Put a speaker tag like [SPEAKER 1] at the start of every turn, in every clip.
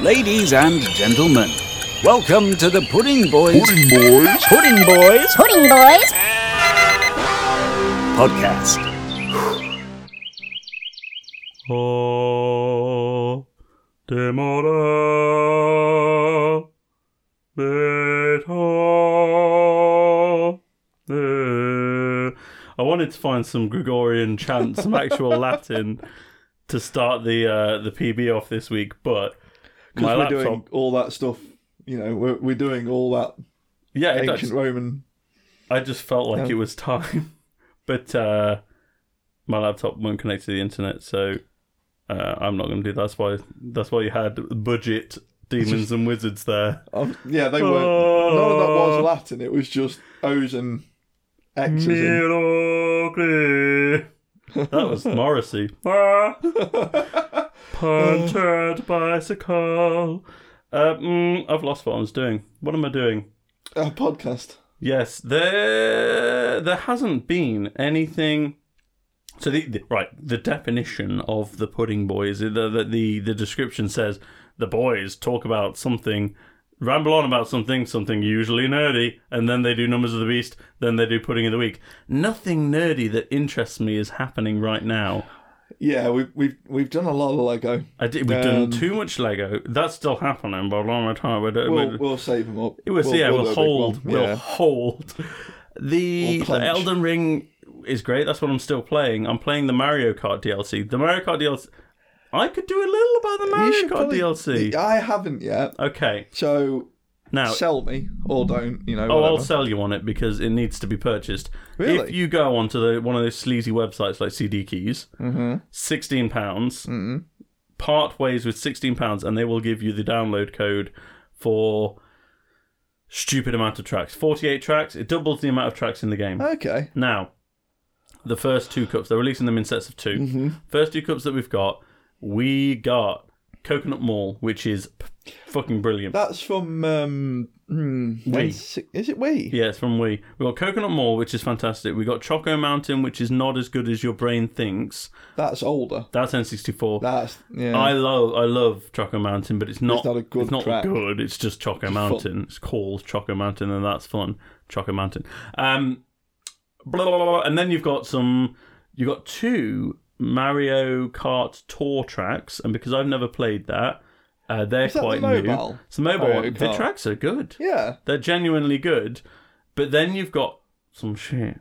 [SPEAKER 1] Ladies and gentlemen, welcome to the Pudding Boys.
[SPEAKER 2] Pudding boys.
[SPEAKER 1] Pudding Boys
[SPEAKER 3] Pudding Boys.
[SPEAKER 1] podcast.
[SPEAKER 4] O demora beta de- I wanted to find some Gregorian chant, some actual Latin to start the uh, the PB off this week, but my
[SPEAKER 2] Because we're
[SPEAKER 4] laptop.
[SPEAKER 2] doing all that stuff. You know, we're, we're doing all that
[SPEAKER 4] yeah, it
[SPEAKER 2] ancient
[SPEAKER 4] does.
[SPEAKER 2] Roman.
[SPEAKER 4] I just felt like
[SPEAKER 2] Yeah.
[SPEAKER 4] it was time, but uh, my laptop won't connect to the internet, so uh, I'm not going to do. That's why. That's why you had budget demons and wizards there.
[SPEAKER 2] Um, yeah, they weren't.
[SPEAKER 4] Oh.
[SPEAKER 2] None of that was Latin. It was just O's and X's. And,
[SPEAKER 4] Miracle. That was Morrissey. Ah. Punctured bicycle. Uh, mm, I've lost what I was doing. What am I doing?
[SPEAKER 2] a podcast.
[SPEAKER 4] Yes, there there hasn't been anything. So the, the right the definition of the Pudding Boys the the the, the description says the boys talk about something. Ramble on about something, something usually nerdy, and then they do Numbers of the Beast, then they do Pudding of the Week. Nothing nerdy that interests me is happening right now.
[SPEAKER 2] Yeah, we've we've we've done a lot of Lego.
[SPEAKER 4] I did, we've
[SPEAKER 2] Um,
[SPEAKER 4] done too much Lego. That's still happening, but a long time. We don't,
[SPEAKER 2] We'll
[SPEAKER 4] we-
[SPEAKER 2] we'll save them up.
[SPEAKER 4] It was yeah. We'll,
[SPEAKER 2] do a big
[SPEAKER 4] hold.
[SPEAKER 2] one.
[SPEAKER 4] We'll
[SPEAKER 2] Yeah.
[SPEAKER 4] hold. The,
[SPEAKER 2] We'll
[SPEAKER 4] the
[SPEAKER 2] clench.
[SPEAKER 4] Elden Ring is great. That's what I'm still playing. I'm playing the Mario Kart DLC. The Mario Kart DLC. I could do a little about the
[SPEAKER 2] You
[SPEAKER 4] Mario
[SPEAKER 2] should
[SPEAKER 4] Kart
[SPEAKER 2] probably-
[SPEAKER 4] DLC.
[SPEAKER 2] I haven't yet.
[SPEAKER 4] Okay,
[SPEAKER 2] So
[SPEAKER 4] now
[SPEAKER 2] sell me or don't. You know.
[SPEAKER 4] oh, I'll
[SPEAKER 2] whatever.
[SPEAKER 4] sell you on it because it needs to be purchased. If
[SPEAKER 2] Really?
[SPEAKER 4] you go onto the one of those sleazy websites like CD Keys,
[SPEAKER 2] Mm-hmm.
[SPEAKER 4] sixteen pounds. Part ways with sixteen pounds, and they will give you the download code for stupid amount of tracks. Forty-eight tracks. It doubles the amount of tracks in the game.
[SPEAKER 2] okay.
[SPEAKER 4] Now, the first two cups, they're releasing them in sets of 2
[SPEAKER 2] Mm-hmm.
[SPEAKER 4] First two cups that we've got, we got Coconut Mall, which is p- fucking brilliant.
[SPEAKER 2] That's from um. Hmm,
[SPEAKER 4] Wii.
[SPEAKER 2] Is is it we?
[SPEAKER 4] yeah, it's from Wii. We got Coconut Mall, which is fantastic. We got Choco Mountain, which is not as good as your brain thinks.
[SPEAKER 2] That's older.
[SPEAKER 4] That's N64.
[SPEAKER 2] That's yeah.
[SPEAKER 4] I love I love Choco Mountain, but it's not
[SPEAKER 2] not a good
[SPEAKER 4] It's not
[SPEAKER 2] track.
[SPEAKER 4] good. It's just Choco Mountain. It's called Choco Mountain, and that's fun. Choco Mountain. Um, blah, blah, blah, blah. and then you've got some. You've got two Mario Kart Tour tracks, and because I've never played that, uh, they're
[SPEAKER 2] that the
[SPEAKER 4] quite new.
[SPEAKER 2] mobile
[SPEAKER 4] It's the mobile.
[SPEAKER 2] Mario
[SPEAKER 4] One. The
[SPEAKER 2] Kart?
[SPEAKER 4] tracks are good.
[SPEAKER 2] yeah.
[SPEAKER 4] They're genuinely good. But then you've got some shit.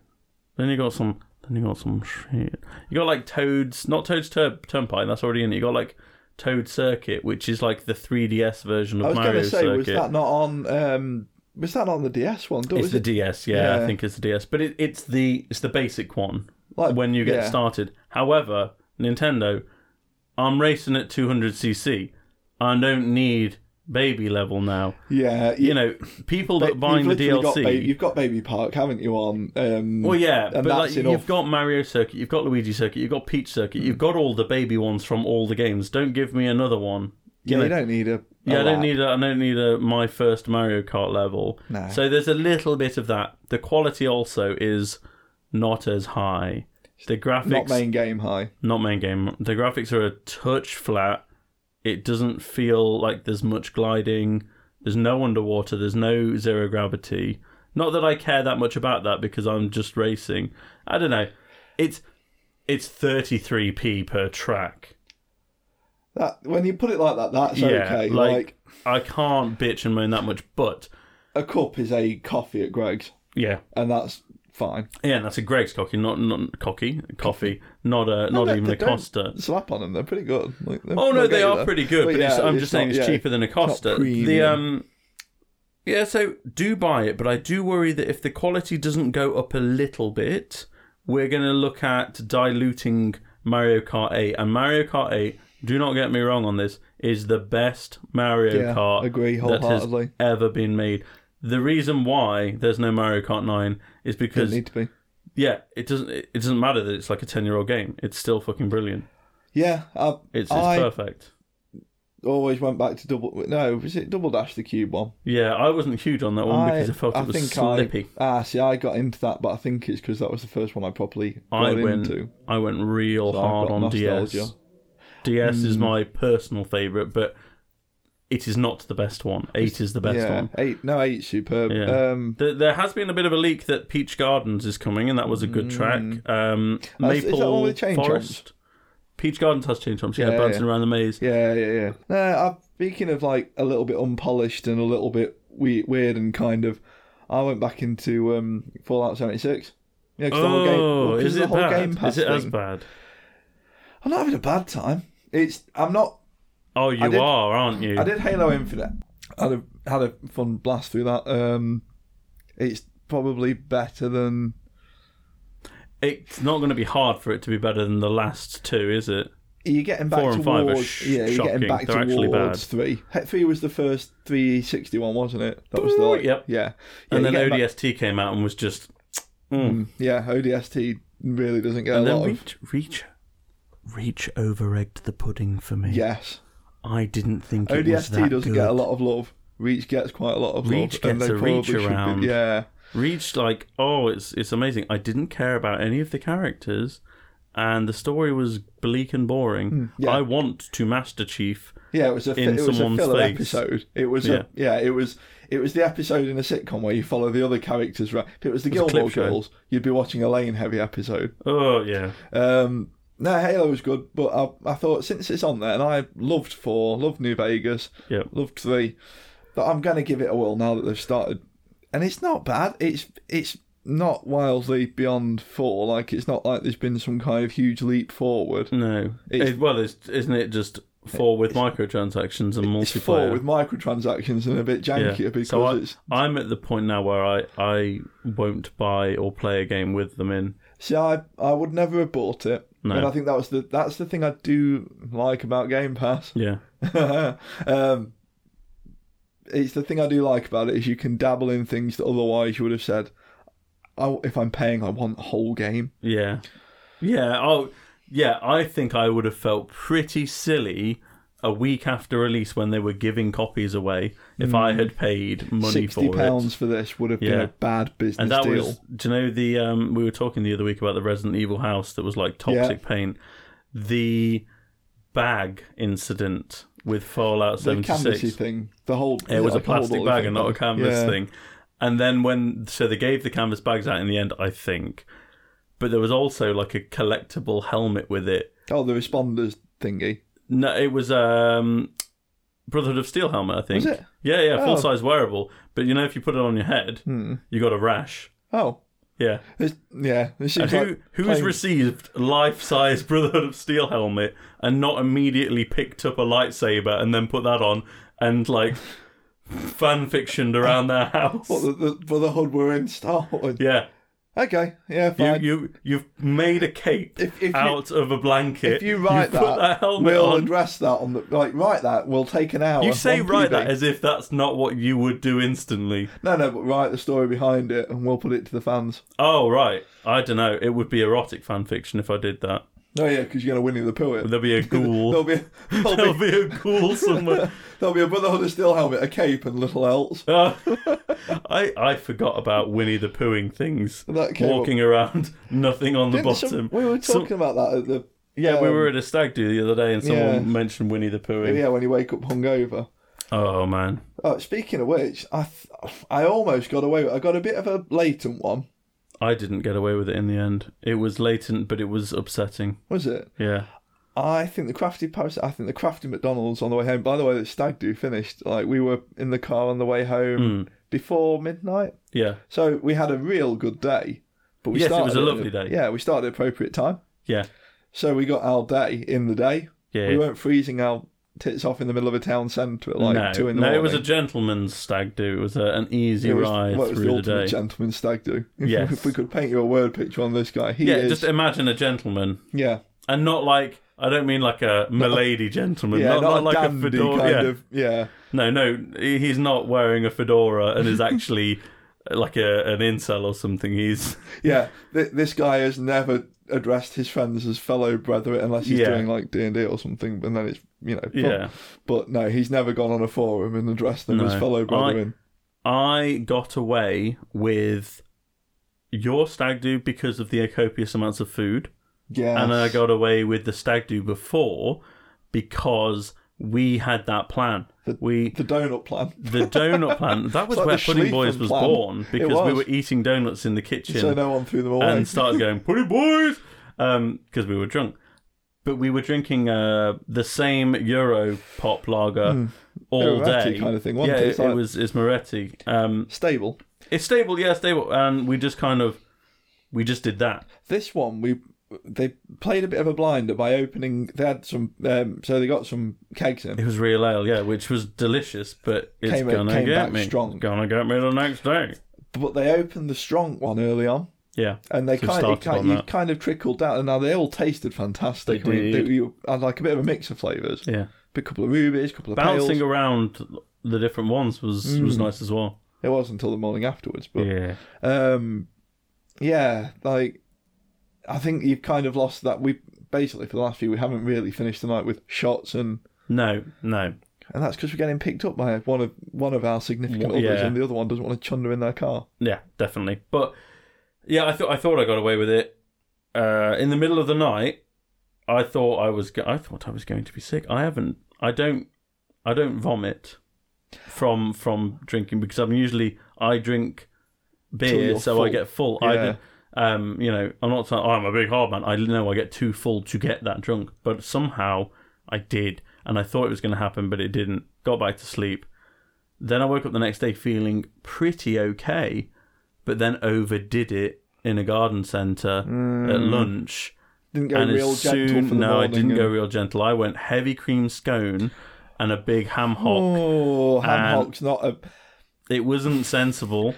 [SPEAKER 4] Then you got some. Then you got some shit. You got like Toad's, not Toad's Tur- Turnpike. That's already in it. You got like Toad Circuit, which is like the 3DS version
[SPEAKER 2] I
[SPEAKER 4] of
[SPEAKER 2] was
[SPEAKER 4] Mario
[SPEAKER 2] going to say,
[SPEAKER 4] Circuit.
[SPEAKER 2] was that not on? Um, was that on the DS one?
[SPEAKER 4] it's
[SPEAKER 2] Was
[SPEAKER 4] the
[SPEAKER 2] it
[SPEAKER 4] DS, yeah, I
[SPEAKER 2] Yeah.
[SPEAKER 4] think it's the DS. But it, it's the it's the basic one
[SPEAKER 2] Like-
[SPEAKER 4] when you get
[SPEAKER 2] yeah.
[SPEAKER 4] started. However, Nintendo, I'm racing at 200cc. I don't need baby level now.
[SPEAKER 2] yeah,
[SPEAKER 4] You know, people that buy
[SPEAKER 2] you've
[SPEAKER 4] the
[SPEAKER 2] literally
[SPEAKER 4] DLC,
[SPEAKER 2] Got baby, you've got Baby Park, haven't you? On um,
[SPEAKER 4] Well, yeah,
[SPEAKER 2] and
[SPEAKER 4] but
[SPEAKER 2] that's
[SPEAKER 4] like,
[SPEAKER 2] enough. Mm.
[SPEAKER 4] you've got Mario Circuit, you've got Luigi Circuit, you've got Peach Circuit, you've got all the baby ones from all the games. Don't give me another one.
[SPEAKER 2] yeah,
[SPEAKER 4] know-
[SPEAKER 2] you don't need a. a
[SPEAKER 4] Yeah, I don't
[SPEAKER 2] lap.
[SPEAKER 4] need a, I don't need a my first Mario Kart level.
[SPEAKER 2] No.
[SPEAKER 4] So there's a little bit of that. The quality also is not as high. The graphics
[SPEAKER 2] not main game high.
[SPEAKER 4] not main game. The graphics are a touch flat. It doesn't feel like there's much gliding. There's no underwater. There's no zero gravity. Not that I care that much about that because I'm just racing. I don't know. It's it's 33p per track.
[SPEAKER 2] That when you put it like that, that's okay. Like,
[SPEAKER 4] I can't bitch and moan that much, but
[SPEAKER 2] a cup is a coffee at Greg's,
[SPEAKER 4] yeah,
[SPEAKER 2] and that's fine.
[SPEAKER 4] yeah. and That's a Greg's cocky, not not cocky coffee, not a not
[SPEAKER 2] No,
[SPEAKER 4] even
[SPEAKER 2] they
[SPEAKER 4] a
[SPEAKER 2] don't
[SPEAKER 4] Costa.
[SPEAKER 2] Slap on them; they're pretty good. Like, they're-
[SPEAKER 4] Oh
[SPEAKER 2] they'll
[SPEAKER 4] no, they
[SPEAKER 2] get you
[SPEAKER 4] are
[SPEAKER 2] there.
[SPEAKER 4] pretty good, but, it's,
[SPEAKER 2] yeah,
[SPEAKER 4] I'm just saying
[SPEAKER 2] not-
[SPEAKER 4] it's
[SPEAKER 2] yeah,
[SPEAKER 4] cheaper than a
[SPEAKER 2] not
[SPEAKER 4] Costa. The
[SPEAKER 2] premium.
[SPEAKER 4] um, yeah, so do buy it, but I do worry that if the quality doesn't go up a little bit, we're going to look at diluting Mario Kart 8. And Mario Kart 8, do not get me wrong on this, is the best Mario
[SPEAKER 2] Yeah,
[SPEAKER 4] Kart
[SPEAKER 2] agree
[SPEAKER 4] that has
[SPEAKER 2] wholeheartedly.
[SPEAKER 4] ever been made. The reason why there's no Mario Kart 9 is
[SPEAKER 2] Doesn't
[SPEAKER 4] because
[SPEAKER 2] need to be.
[SPEAKER 4] yeah, it doesn't it doesn't matter that it's like a 10-year-old game. It's still fucking brilliant.
[SPEAKER 2] Yeah, I,
[SPEAKER 4] It's, it's
[SPEAKER 2] I
[SPEAKER 4] perfect.
[SPEAKER 2] always went back to double. No, was it double dash the cube one?
[SPEAKER 4] Yeah, I wasn't huge on that one because I, felt it was slippy.
[SPEAKER 2] I, ah, see, I got into that, but I think it's because that was the first one I properly got
[SPEAKER 4] I, went,
[SPEAKER 2] into.
[SPEAKER 4] I went real
[SPEAKER 2] So I've
[SPEAKER 4] hard
[SPEAKER 2] got Hmm.
[SPEAKER 4] on DS.
[SPEAKER 2] nostalgia.
[SPEAKER 4] DS is my personal favorite, but it is not the best one. Eight is the best
[SPEAKER 2] yeah,
[SPEAKER 4] one.
[SPEAKER 2] eight. No, eight. Superb.
[SPEAKER 4] Yeah.
[SPEAKER 2] Um,
[SPEAKER 4] There, there has been a bit of a leak that Peach Gardens is coming, and that was a good track. Um,
[SPEAKER 2] Oh, Hmm. is- is that
[SPEAKER 4] Maple
[SPEAKER 2] all the chain
[SPEAKER 4] Forest. Peach Gardens has chain chomps, yeah,
[SPEAKER 2] Yeah,
[SPEAKER 4] bouncing
[SPEAKER 2] yeah.
[SPEAKER 4] around the maze.
[SPEAKER 2] yeah, yeah, yeah. Nah, I, speaking of like a little bit unpolished and a little bit we- weird and kind of, I went back into um, Fallout 76. Yeah, 'cause the whole game.
[SPEAKER 4] Oh,
[SPEAKER 2] well, 'cause
[SPEAKER 4] is
[SPEAKER 2] the
[SPEAKER 4] it
[SPEAKER 2] whole Game
[SPEAKER 4] bad?
[SPEAKER 2] Pass
[SPEAKER 4] Is it as
[SPEAKER 2] thing.
[SPEAKER 4] bad?
[SPEAKER 2] I'm not having a bad time. It's. I'm not.
[SPEAKER 4] Oh, you
[SPEAKER 2] did-
[SPEAKER 4] are, aren't you?
[SPEAKER 2] I did Halo Infinite. I had a, had a fun blast through that. Um, it's probably better than
[SPEAKER 4] It's not going to be hard for it to be better than the last two, is it?
[SPEAKER 2] you're getting back
[SPEAKER 4] Four and five are
[SPEAKER 2] towards
[SPEAKER 4] sh-
[SPEAKER 2] yeah, you're
[SPEAKER 4] shocking.
[SPEAKER 2] getting back
[SPEAKER 4] They're actually
[SPEAKER 2] towards
[SPEAKER 4] bad.
[SPEAKER 2] three. He- Three was the first 360 one, wasn't it? That was the like,
[SPEAKER 4] Yep.
[SPEAKER 2] yeah.
[SPEAKER 4] And
[SPEAKER 2] yeah,
[SPEAKER 4] then
[SPEAKER 2] you're getting back-
[SPEAKER 4] ODST came out and was just.
[SPEAKER 2] yeah, ODST really doesn't get
[SPEAKER 4] And
[SPEAKER 2] a
[SPEAKER 4] then
[SPEAKER 2] lot of
[SPEAKER 4] reach, reach, reach over egged the pudding for me.
[SPEAKER 2] yes.
[SPEAKER 4] I didn't think it was
[SPEAKER 2] ODST
[SPEAKER 4] that
[SPEAKER 2] doesn't
[SPEAKER 4] good.
[SPEAKER 2] get a lot of love. Reach gets quite a lot of
[SPEAKER 4] Reach
[SPEAKER 2] love. and
[SPEAKER 4] gets
[SPEAKER 2] they
[SPEAKER 4] a reach
[SPEAKER 2] probably should be-
[SPEAKER 4] around.
[SPEAKER 2] yeah.
[SPEAKER 4] Reach like, oh, it's it's amazing. I didn't care about any of the characters, and the story was bleak and boring.
[SPEAKER 2] Hmm, yeah.
[SPEAKER 4] I want to Master Chief.
[SPEAKER 2] Yeah, it was a fi-
[SPEAKER 4] In
[SPEAKER 2] it was a
[SPEAKER 4] someone's
[SPEAKER 2] filler
[SPEAKER 4] face.
[SPEAKER 2] episode. It was
[SPEAKER 4] Yeah.
[SPEAKER 2] a, yeah, it was it was the episode in a sitcom where you follow the other characters. Right, if it was the
[SPEAKER 4] was a
[SPEAKER 2] Gilmore
[SPEAKER 4] clip show.
[SPEAKER 2] Girls, you'd be watching a Lane Heavy episode.
[SPEAKER 4] Oh yeah,
[SPEAKER 2] Um, no, Halo was good, but I, I thought since it's on there, and I loved four, loved New Vegas,
[SPEAKER 4] yeah.
[SPEAKER 2] loved three, that I'm going to give it a whirl now that they've started, and it's not bad. It's it's not wildly beyond four. Like it's not like there's been some kind of huge leap forward.
[SPEAKER 4] No,
[SPEAKER 2] It's-
[SPEAKER 4] it, well, it's, isn't it just four with microtransactions and multiplayer?
[SPEAKER 2] It's four with microtransactions and a bit jankier because
[SPEAKER 4] so I,
[SPEAKER 2] it's.
[SPEAKER 4] I'm at the point now where I, I won't buy or play a game with them in.
[SPEAKER 2] See, I I would never have bought it,
[SPEAKER 4] No.
[SPEAKER 2] and I think that was the that's the thing I do like about Game Pass.
[SPEAKER 4] Yeah.
[SPEAKER 2] um, it's the thing I do like about it is you can dabble in things that otherwise you would have said, I, if I'm paying, I want the whole game.
[SPEAKER 4] Yeah. Yeah. Oh, yeah. I think I would have felt pretty silly a week after release when they were giving copies away if I had paid money
[SPEAKER 2] Mm. Sixty
[SPEAKER 4] for
[SPEAKER 2] pounds
[SPEAKER 4] it.
[SPEAKER 2] for this would have been
[SPEAKER 4] Yeah.
[SPEAKER 2] a bad business
[SPEAKER 4] And that
[SPEAKER 2] deal.
[SPEAKER 4] was, do you know the um, we were talking the other week about the Resident Evil house that was like toxic paint, the bag incident with Fallout
[SPEAKER 2] the
[SPEAKER 4] seventy
[SPEAKER 2] canvasy
[SPEAKER 4] six.
[SPEAKER 2] thing, the whole
[SPEAKER 4] It was a
[SPEAKER 2] like, whole
[SPEAKER 4] plastic
[SPEAKER 2] little
[SPEAKER 4] bag
[SPEAKER 2] thing.
[SPEAKER 4] and not a canvas
[SPEAKER 2] Yeah.
[SPEAKER 4] thing. And then when so they gave the canvas bags out in the end, I think. But there was also like a collectible helmet with it.
[SPEAKER 2] Oh, the responders thingy.
[SPEAKER 4] No, it was um Brotherhood of Steel helmet, I think.
[SPEAKER 2] Was it?
[SPEAKER 4] Yeah, yeah,
[SPEAKER 2] Oh. Hmm.
[SPEAKER 4] full size wearable. But you know, if you put it on your head, you got a rash.
[SPEAKER 2] Oh,
[SPEAKER 4] Yeah.
[SPEAKER 2] it's, yeah. It
[SPEAKER 4] And
[SPEAKER 2] seems
[SPEAKER 4] who
[SPEAKER 2] like
[SPEAKER 4] who's
[SPEAKER 2] playing-
[SPEAKER 4] received life size Brotherhood of Steel helmet and not immediately picked up a lightsaber and then put that on and like fan fictioned around their house?
[SPEAKER 2] what, the, the Brotherhood were in Star Wars.
[SPEAKER 4] Yeah.
[SPEAKER 2] Okay, yeah,
[SPEAKER 4] You,
[SPEAKER 2] fine.
[SPEAKER 4] you, you've made a cape
[SPEAKER 2] If- if you-
[SPEAKER 4] out of a blanket.
[SPEAKER 2] if you write
[SPEAKER 4] put
[SPEAKER 2] that,
[SPEAKER 4] that helmet
[SPEAKER 2] we'll
[SPEAKER 4] on.
[SPEAKER 2] address that on the like. Write that. We'll take an hour.
[SPEAKER 4] You say
[SPEAKER 2] one
[SPEAKER 4] write
[SPEAKER 2] PB.
[SPEAKER 4] that as if that's not what you would do instantly.
[SPEAKER 2] No, no, but write the story behind it and we'll put it to the fans.
[SPEAKER 4] Oh, right. I don't know. It would be erotic fan fiction if I did that.
[SPEAKER 2] Oh, yeah, because you're going to Winnie the Pooh it.
[SPEAKER 4] There'll be a
[SPEAKER 2] There'll
[SPEAKER 4] ghoul.
[SPEAKER 2] be, there'll,
[SPEAKER 4] There'll
[SPEAKER 2] be,
[SPEAKER 4] be a ghoul somewhere.
[SPEAKER 2] there'll be a Brotherhood of Steel helmet, a cape, and little else.
[SPEAKER 4] Uh, I I forgot about Winnie the Poohing things.
[SPEAKER 2] That came up.
[SPEAKER 4] Walking around, nothing on the
[SPEAKER 2] Didn't
[SPEAKER 4] bottom.
[SPEAKER 2] some- we were
[SPEAKER 4] Some-
[SPEAKER 2] talking about that at the.
[SPEAKER 4] yeah, we
[SPEAKER 2] um,
[SPEAKER 4] were at a stag do the other day, and someone
[SPEAKER 2] Yeah.
[SPEAKER 4] mentioned Winnie the Poohing.
[SPEAKER 2] Yeah, when you wake up hungover.
[SPEAKER 4] Oh man,
[SPEAKER 2] Oh, speaking of which, I th- I almost got away with I got a bit of a latent one,
[SPEAKER 4] I didn't get away with it in the end. It was latent, but it was upsetting.
[SPEAKER 2] was it?
[SPEAKER 4] Yeah.
[SPEAKER 2] I think the crafty Paris, I think the crafty McDonald's on the way home. By the way, the stag do finished. Like we were in the car on the way home
[SPEAKER 4] Hmm.
[SPEAKER 2] before midnight,
[SPEAKER 4] Yeah.
[SPEAKER 2] so we had a real good day. But we
[SPEAKER 4] Yes, it
[SPEAKER 2] started
[SPEAKER 4] was a
[SPEAKER 2] at
[SPEAKER 4] lovely
[SPEAKER 2] the-
[SPEAKER 4] day.
[SPEAKER 2] Yeah, we started at appropriate time,
[SPEAKER 4] Yeah.
[SPEAKER 2] so we got our day in the day.
[SPEAKER 4] Yeah.
[SPEAKER 2] We weren't freezing our tits off in the middle of a town centre at like
[SPEAKER 4] no,
[SPEAKER 2] two in the
[SPEAKER 4] no,
[SPEAKER 2] morning.
[SPEAKER 4] it was a gentleman's stag do. It was a, an easy
[SPEAKER 2] It was-
[SPEAKER 4] ride
[SPEAKER 2] well, it was
[SPEAKER 4] through the,
[SPEAKER 2] ultimate
[SPEAKER 4] day.
[SPEAKER 2] gentleman stag do. If-
[SPEAKER 4] Yes.
[SPEAKER 2] if we could paint you a word picture on this guy, he
[SPEAKER 4] yeah,
[SPEAKER 2] is.
[SPEAKER 4] just imagine a gentleman,
[SPEAKER 2] yeah.
[SPEAKER 4] and not like I don't mean like a milady gentleman,
[SPEAKER 2] Yeah,
[SPEAKER 4] not, not
[SPEAKER 2] a
[SPEAKER 4] like a
[SPEAKER 2] dandy
[SPEAKER 4] fedora.
[SPEAKER 2] kind
[SPEAKER 4] yeah.
[SPEAKER 2] of. Yeah.
[SPEAKER 4] No, no, he- he's not wearing a fedora and is actually uh, like a, an incel or something. He's
[SPEAKER 2] Yeah, th- this guy has never addressed his friends as fellow brethren unless he's
[SPEAKER 4] Yeah.
[SPEAKER 2] doing like D and D or something, and then it's you know. fun.
[SPEAKER 4] yeah.
[SPEAKER 2] But no, he's never gone on a forum and addressed them as
[SPEAKER 4] No. I-
[SPEAKER 2] fellow brethren.
[SPEAKER 4] I got away with your stag do because of the copious amounts of food.
[SPEAKER 2] Yeah.
[SPEAKER 4] and uh, I got away with the stag do before because we had that plan. we
[SPEAKER 2] The donut plan.
[SPEAKER 4] the donut plant. That was
[SPEAKER 2] like
[SPEAKER 4] where
[SPEAKER 2] the
[SPEAKER 4] Pudding Boys
[SPEAKER 2] Schlieffen
[SPEAKER 4] was
[SPEAKER 2] plan.
[SPEAKER 4] born
[SPEAKER 2] It
[SPEAKER 4] because
[SPEAKER 2] was.
[SPEAKER 4] we were eating donuts in the kitchen
[SPEAKER 2] So no one threw them away.
[SPEAKER 4] and started going Pudding Boys because we were drunk. But we were drinking uh, the same Euro pop lager all
[SPEAKER 2] Moretti
[SPEAKER 4] day.
[SPEAKER 2] kind of Hmm. thing,
[SPEAKER 4] Yeah,
[SPEAKER 2] wasn't it?
[SPEAKER 4] it,
[SPEAKER 2] It's like-
[SPEAKER 4] it was it's Moretti. Um,
[SPEAKER 2] Stable.
[SPEAKER 4] it's stable, yeah, stable. And we just kind of we just did that.
[SPEAKER 2] This one we they played a bit of a blinder by opening. They had some, um, so they got some kegs in.
[SPEAKER 4] It was real ale, yeah, which was delicious, but it's
[SPEAKER 2] Came-
[SPEAKER 4] gonna
[SPEAKER 2] came
[SPEAKER 4] get
[SPEAKER 2] back
[SPEAKER 4] me.
[SPEAKER 2] strong.
[SPEAKER 4] Gonna get me the next day.
[SPEAKER 2] but they opened the strong one early on,
[SPEAKER 4] Yeah.
[SPEAKER 2] and they
[SPEAKER 4] So
[SPEAKER 2] kind,
[SPEAKER 4] started
[SPEAKER 2] it kind
[SPEAKER 4] on
[SPEAKER 2] you
[SPEAKER 4] that.
[SPEAKER 2] kind of trickled down, and now they all tasted fantastic.
[SPEAKER 4] They
[SPEAKER 2] I mean,
[SPEAKER 4] did.
[SPEAKER 2] they- you had like a bit of a mix of flavors,
[SPEAKER 4] Yeah.
[SPEAKER 2] a couple of rubies, a couple of
[SPEAKER 4] Bouncing
[SPEAKER 2] pales.
[SPEAKER 4] around the different ones was was nice as well.
[SPEAKER 2] It wasn't until the morning afterwards, Mm. but
[SPEAKER 4] Yeah.
[SPEAKER 2] um, yeah, like I think you've kind of lost that. We basically for the last few we haven't really finished the night with shots and.
[SPEAKER 4] No, no.
[SPEAKER 2] And that's because we're getting picked up by one of one of our significant
[SPEAKER 4] Well,
[SPEAKER 2] others,
[SPEAKER 4] yeah.
[SPEAKER 2] and the other one doesn't want to chunder in their car.
[SPEAKER 4] Yeah, definitely. But yeah, I thought I thought I got away with it. Uh, in the middle of the night, I thought I was go- I thought I was going to be sick. I haven't. I don't. I don't vomit from from drinking because I'm usually I drink
[SPEAKER 2] Till
[SPEAKER 4] beer
[SPEAKER 2] you're
[SPEAKER 4] so I
[SPEAKER 2] full.
[SPEAKER 4] get full. I
[SPEAKER 2] Yeah.
[SPEAKER 4] d- um, you know, I'm not saying oh, I'm a big hard man. I know I get too full to get that drunk, but somehow I did, and I thought it was going to happen, but it didn't. Got back to sleep. Then I woke up the next day feeling pretty okay, but then overdid it in a garden centre at lunch.
[SPEAKER 2] Didn't Mm. go real
[SPEAKER 4] as
[SPEAKER 2] gentle for the
[SPEAKER 4] no, I
[SPEAKER 2] morning
[SPEAKER 4] didn't
[SPEAKER 2] and-
[SPEAKER 4] go real gentle. I went heavy cream scone and a big ham hock.
[SPEAKER 2] Oh, ham
[SPEAKER 4] And-
[SPEAKER 2] hock's not a
[SPEAKER 4] It wasn't sensible.